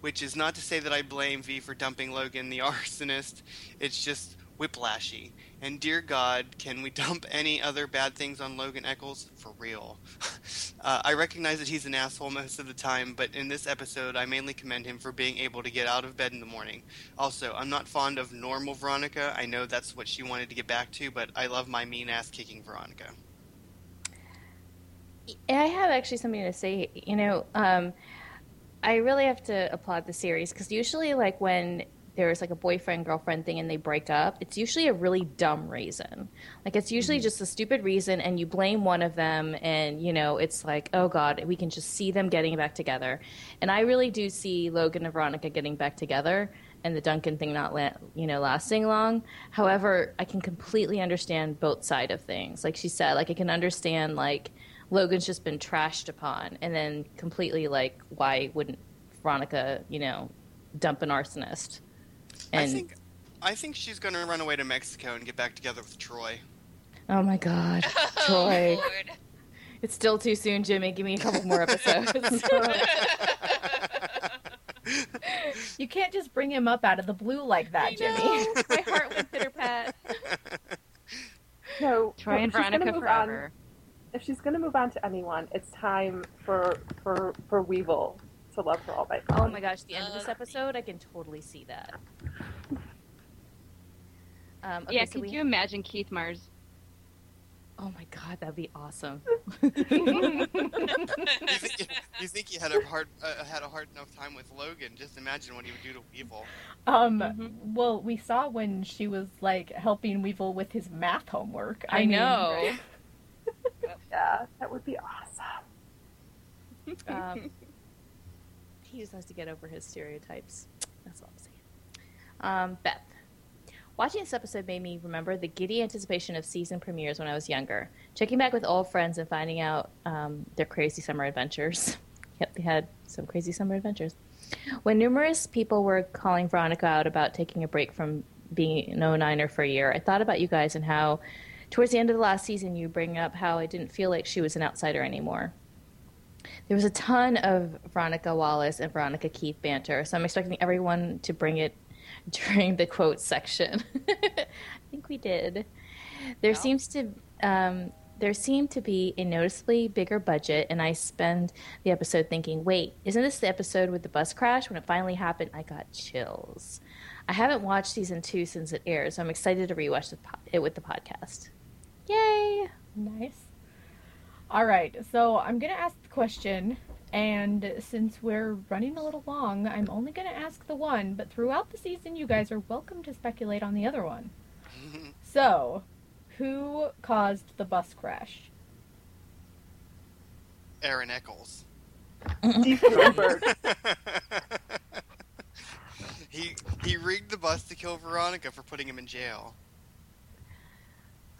Which is not to say that I blame V for dumping Logan the arsonist. It's just whiplashy. And dear God, can we dump any other bad things on Logan Eccles? For real. uh, I recognize that he's an asshole most of the time, but in this episode, I mainly commend him for being able to get out of bed in the morning. Also, I'm not fond of normal Veronica. I know that's what she wanted to get back to, but I love my mean ass kicking Veronica. And I have actually something to say. You know, um, I really have to applaud the series because usually, like when there's like a boyfriend girlfriend thing and they break up, it's usually a really dumb reason. Like it's usually Mm-hmm. just a stupid reason, and you blame one of them, and you know it's like, oh god, we can just see them getting back together. And I really do see Logan and Veronica getting back together. And the Duncan thing not la- you know lasting long. However, I can completely understand both side of things. Like she said, like I can understand like Logan's just been trashed upon, and then completely like, why wouldn't Veronica, you know, dump an arsonist? I And think, I think she's going to run away to Mexico and get back together with Troy. oh my god, Oh, Troy, Lord. it's still too soon, Jimmy. Give me a couple more episodes. You can't just bring him up out of the blue like that, Jimmy. my heart went pitter pat. No. Troy no, and she's gonna Veronica move forever. On. If she's gonna move on to anyone, it's time for for for Weevil to love her all by Oh own. my gosh, the end of this Uh, episode, I can totally see that. Um, okay, yeah, so could we- you imagine Keith Mars? Oh my god, that'd be awesome. you, think, you think he had a hard uh, had a hard enough time with Logan? Just imagine what he would do to Weevil. Um, Mm-hmm. well, we saw when she was like helping Weevil with his math homework. I mean, know. Yeah, that would be awesome. Um, he just has to get over his stereotypes. That's all I'm saying. Um, Beth. Watching this episode made me remember the giddy anticipation of season premieres when I was younger, checking back with old friends and finding out um, their crazy summer adventures. yep, they had some crazy summer adventures. When numerous people were calling Veronica out about taking a break from being an 09er for a year, I thought about you guys and how, towards the end of the last season, you bring up how I didn't feel like she was an outsider anymore. There was a ton of Veronica Wallace and Veronica Keith banter, so I'm expecting everyone to bring it during the quote section. I think we did. There seems to um, there seemed to be a noticeably bigger budget, and I spend the episode thinking, "Wait, isn't this the episode with the bus crash?" When it finally happened, I got chills. I haven't watched season two since it aired, so I'm excited to rewatch the po- it with the podcast. Yay! Nice. All right, so I'm gonna ask the question, and since we're running a little long, I'm only gonna ask the one. But throughout the season, you guys are welcome to speculate on the other one. so, Who caused the bus crash? Aaron Eccles. Diefenberg. he he rigged the bus to kill Veronica for putting him in jail.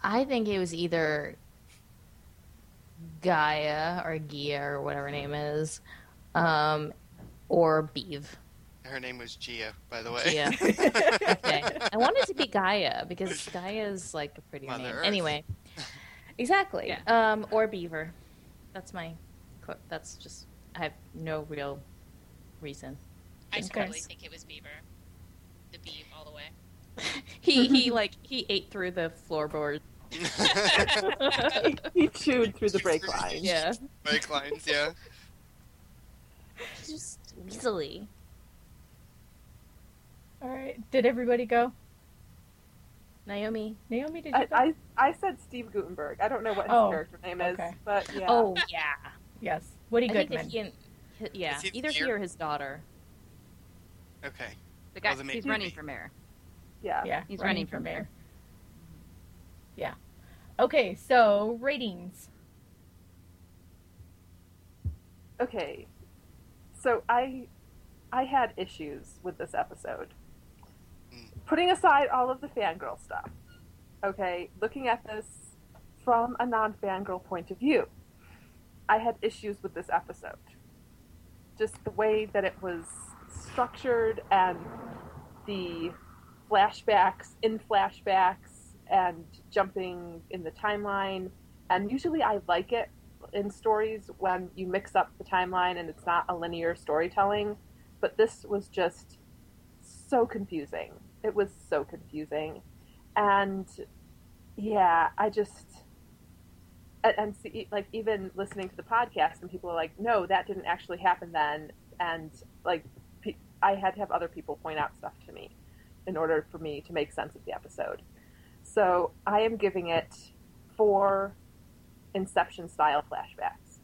I think it was either Gaia or Gia or whatever her name is, um, or Beeve. Her name was Gia, by the way. Gia. okay. I wanted to be Gaia because Gaia is like a pretty Mother name. Earth. Anyway, exactly. Um, or Beaver. That's my quote. That's just I have no real reason. I Just totally guess. think it was Beaver. The beef all the way. He he like he ate through the floorboard. he, he chewed through the brake line. Yeah, Mike Lyons, yeah. just easily. All right. Did everybody go? Naomi. Naomi, did you I, go? I, I said Steve Gutenberg. I don't know what his Oh, character name is, okay. but yeah. Oh yeah. yes. Woody I think that Goodman. he and he- yeah, Is he the either he mayor? or his daughter. Okay. The guy Oh, the main he's running movie. for mayor. yeah. yeah. he's running for mayor. Yeah. Okay. So ratings. Okay. So I I had issues with this episode. Mm. Putting aside all of the fangirl stuff. Okay, looking at this from a non-fangirl point of view. I had issues with this episode. Just the way that it was structured and the flashbacks in flashbacks and jumping in the timeline. And usually I like it in stories when you mix up the timeline and it's not a linear storytelling, but this was just so confusing. It was so confusing. And yeah, I just and, and see, e, like even listening to the podcast and people are like, "No, that didn't actually happen then." And like pe- I had to have other people point out stuff to me in order for me to make sense of the episode. So, I am giving it four Inception style flashbacks.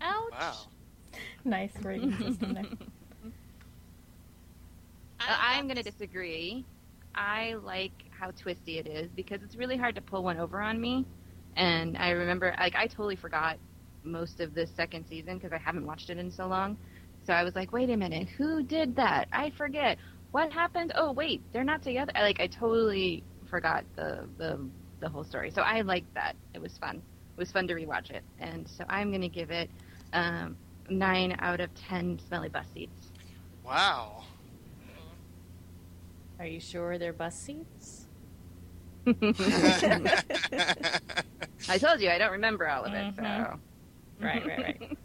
Ouch. Wow. Nice rating system there. don't know. I am going to Uh, disagree. I like how twisty it is because it's really hard to pull one over on me. And I remember, like, I totally forgot most of the second season because I haven't watched it in so long. So I was like, wait a minute, who did that? I forget. What happened? Oh, wait, they're not together. I, like, I totally forgot the, the, the whole story. So I liked that. It was fun. It was fun to rewatch it. And so I'm going to give it um, 9 out of 10 smelly bus seats. Wow. Are you sure they're bus seats? I told you I don't remember all of Mhm. it. So Right, right, right.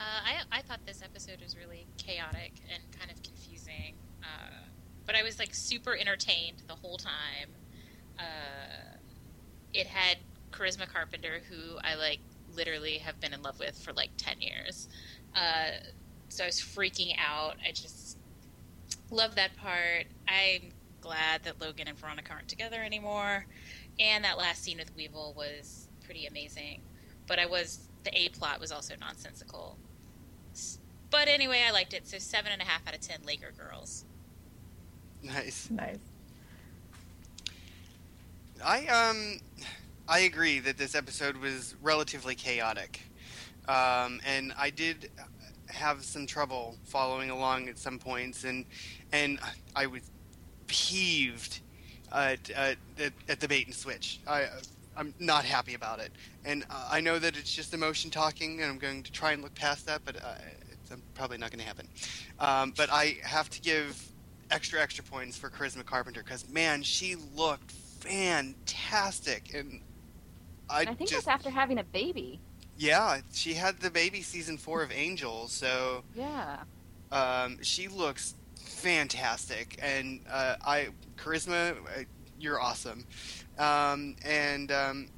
Uh, I, I thought this episode was really chaotic and kind of confusing, uh, but I was like super entertained the whole time. Uh, it had Charisma Carpenter, who I like literally have been in love with for like 10 years. Uh, so I was freaking out. I just love that part. I'm glad that Logan and Veronica aren't together anymore. And that last scene with Weevil was pretty amazing. But I was, the A plot was also nonsensical. S- But anyway, I liked it. So seven and a half out of ten Laker girls. nice. Nice. I um I agree that this episode was relatively chaotic. Um, and I did have some trouble following along at some points and and I was peeved at, at, at, at the bait and switch. I I'm not happy about it. And uh, I know that it's just emotion talking and I'm going to try and look past that but uh, it's um, probably not going to happen. Um, but I have to give extra extra points for Charisma Carpenter because man, she looked fantastic, and I, I think just that's after having a baby. yeah, she had the baby season four of Angel, so Yeah. um, she looks fantastic, and uh, I Charisma, uh, you're awesome, um, and um,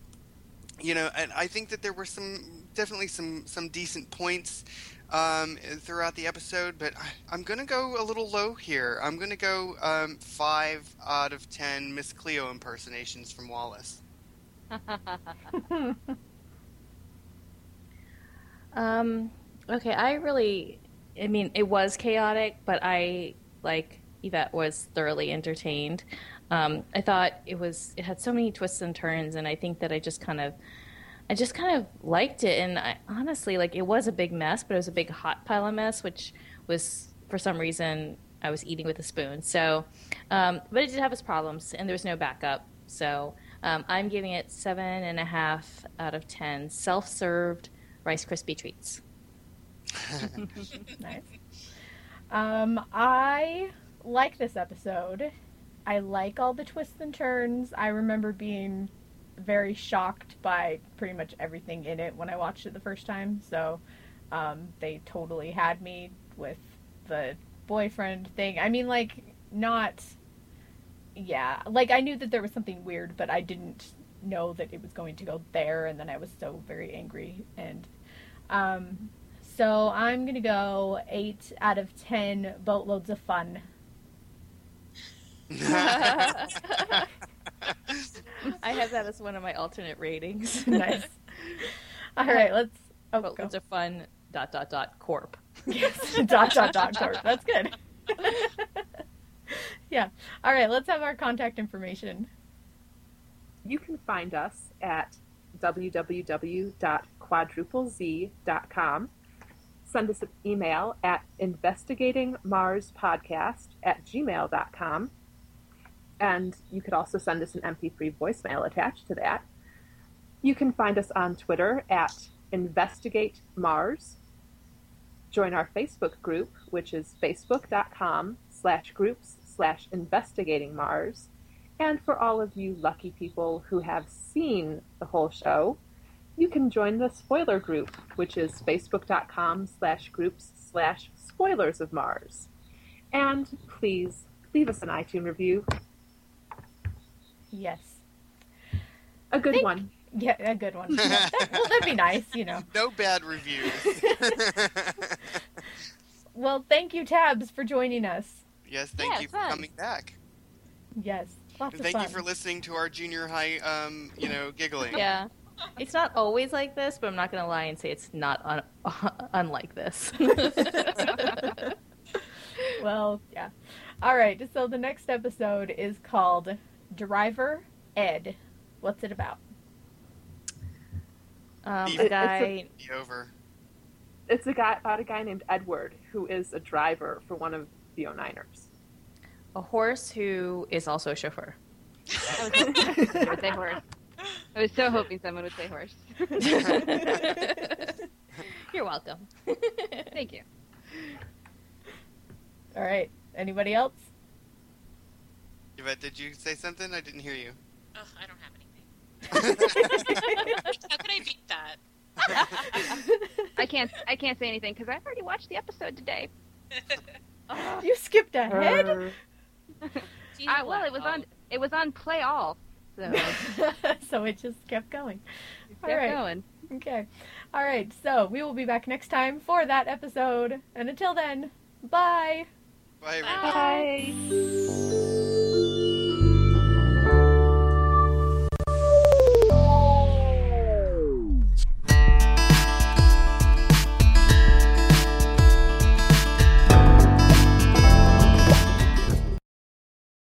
you know, and I think that there were some definitely some some decent points um, throughout the episode, but I, I'm gonna go a little low here. I'm gonna go um, five out of ten Miss Cleo impersonations from Wallace. Um, okay, I really, I mean, it was chaotic, but I like Yvette was thoroughly entertained. Um, I thought it was it had so many twists and turns, and I think that I just kind of I just kind of liked it. And I honestly like it was a big mess, but it was a big hot pile of mess, which was for some reason I was eating with a spoon. So, um, but it did have its problems, and there was no backup. So um, I'm giving it seven and a half out of ten self-served Rice Krispie treats. nice. Um, I like this episode. I like all the twists and turns. I remember being very shocked by pretty much everything in it when I watched it the first time. So um, they totally had me with the boyfriend thing. I mean, like, not. Yeah, like I knew that there was something weird, but I didn't know that it was going to go there, and then I was so very angry. And um, so I'm gonna go eight out of ten boatloads of fun. I have that as one of my alternate ratings. nice. All right, let's. Oh, But go. it's a fun dot dot dot corp. Yes. dot dot dot corp. That's good. yeah. All right. Let's have our contact information. You can find us at www.quadruplez.com. Send us an email at investigatingmarspodcast at gmail.com. And you could also send us an MP3 voicemail attached to that. You can find us on Twitter at investigatemars. Join our Facebook group, which is facebook.com slash groups slash investigatingmars. And for all of you lucky people who have seen the whole show, you can join the spoiler group, which is facebook.com slash groups slash spoilers of Mars. And please leave us an iTunes review, Yes. a good Thank- one. Yeah, a good one. Yeah, that- well, that'd be nice, you know. No bad reviews. Well, thank you, Tabs, for joining us. yes, thank Yeah, you for fun. coming back. Yes. Lots of Thank fun. you for listening to our junior high, um, you know, giggling. Yeah. It's not always like this, but I'm not going to lie and say it's not un- unlike this. Um, well, yeah. All right. So the next episode is called Driver Ed. What's it about? Um, It's a a- guy, Be over. It's a guy about a guy named Edward who is a driver for one of the O-Niners. a horse who is also a chauffeur. I was hoping someone would say horse. I was so hoping someone would say horse. You're welcome. Thank you. All right. Anybody else? Yvette, did you say something? I didn't hear you. Ugh, I don't have anything. Like, how could I beat that? I can't. I can't say anything because I've already watched the episode today. Oh, You skipped ahead. I, well, it was on. It was on Play All, so so it just kept going. All Uh, kept right. going. Okay. All right. So we will be back next time for that episode. And until then, bye. Bye, everyone. Bye. Bye.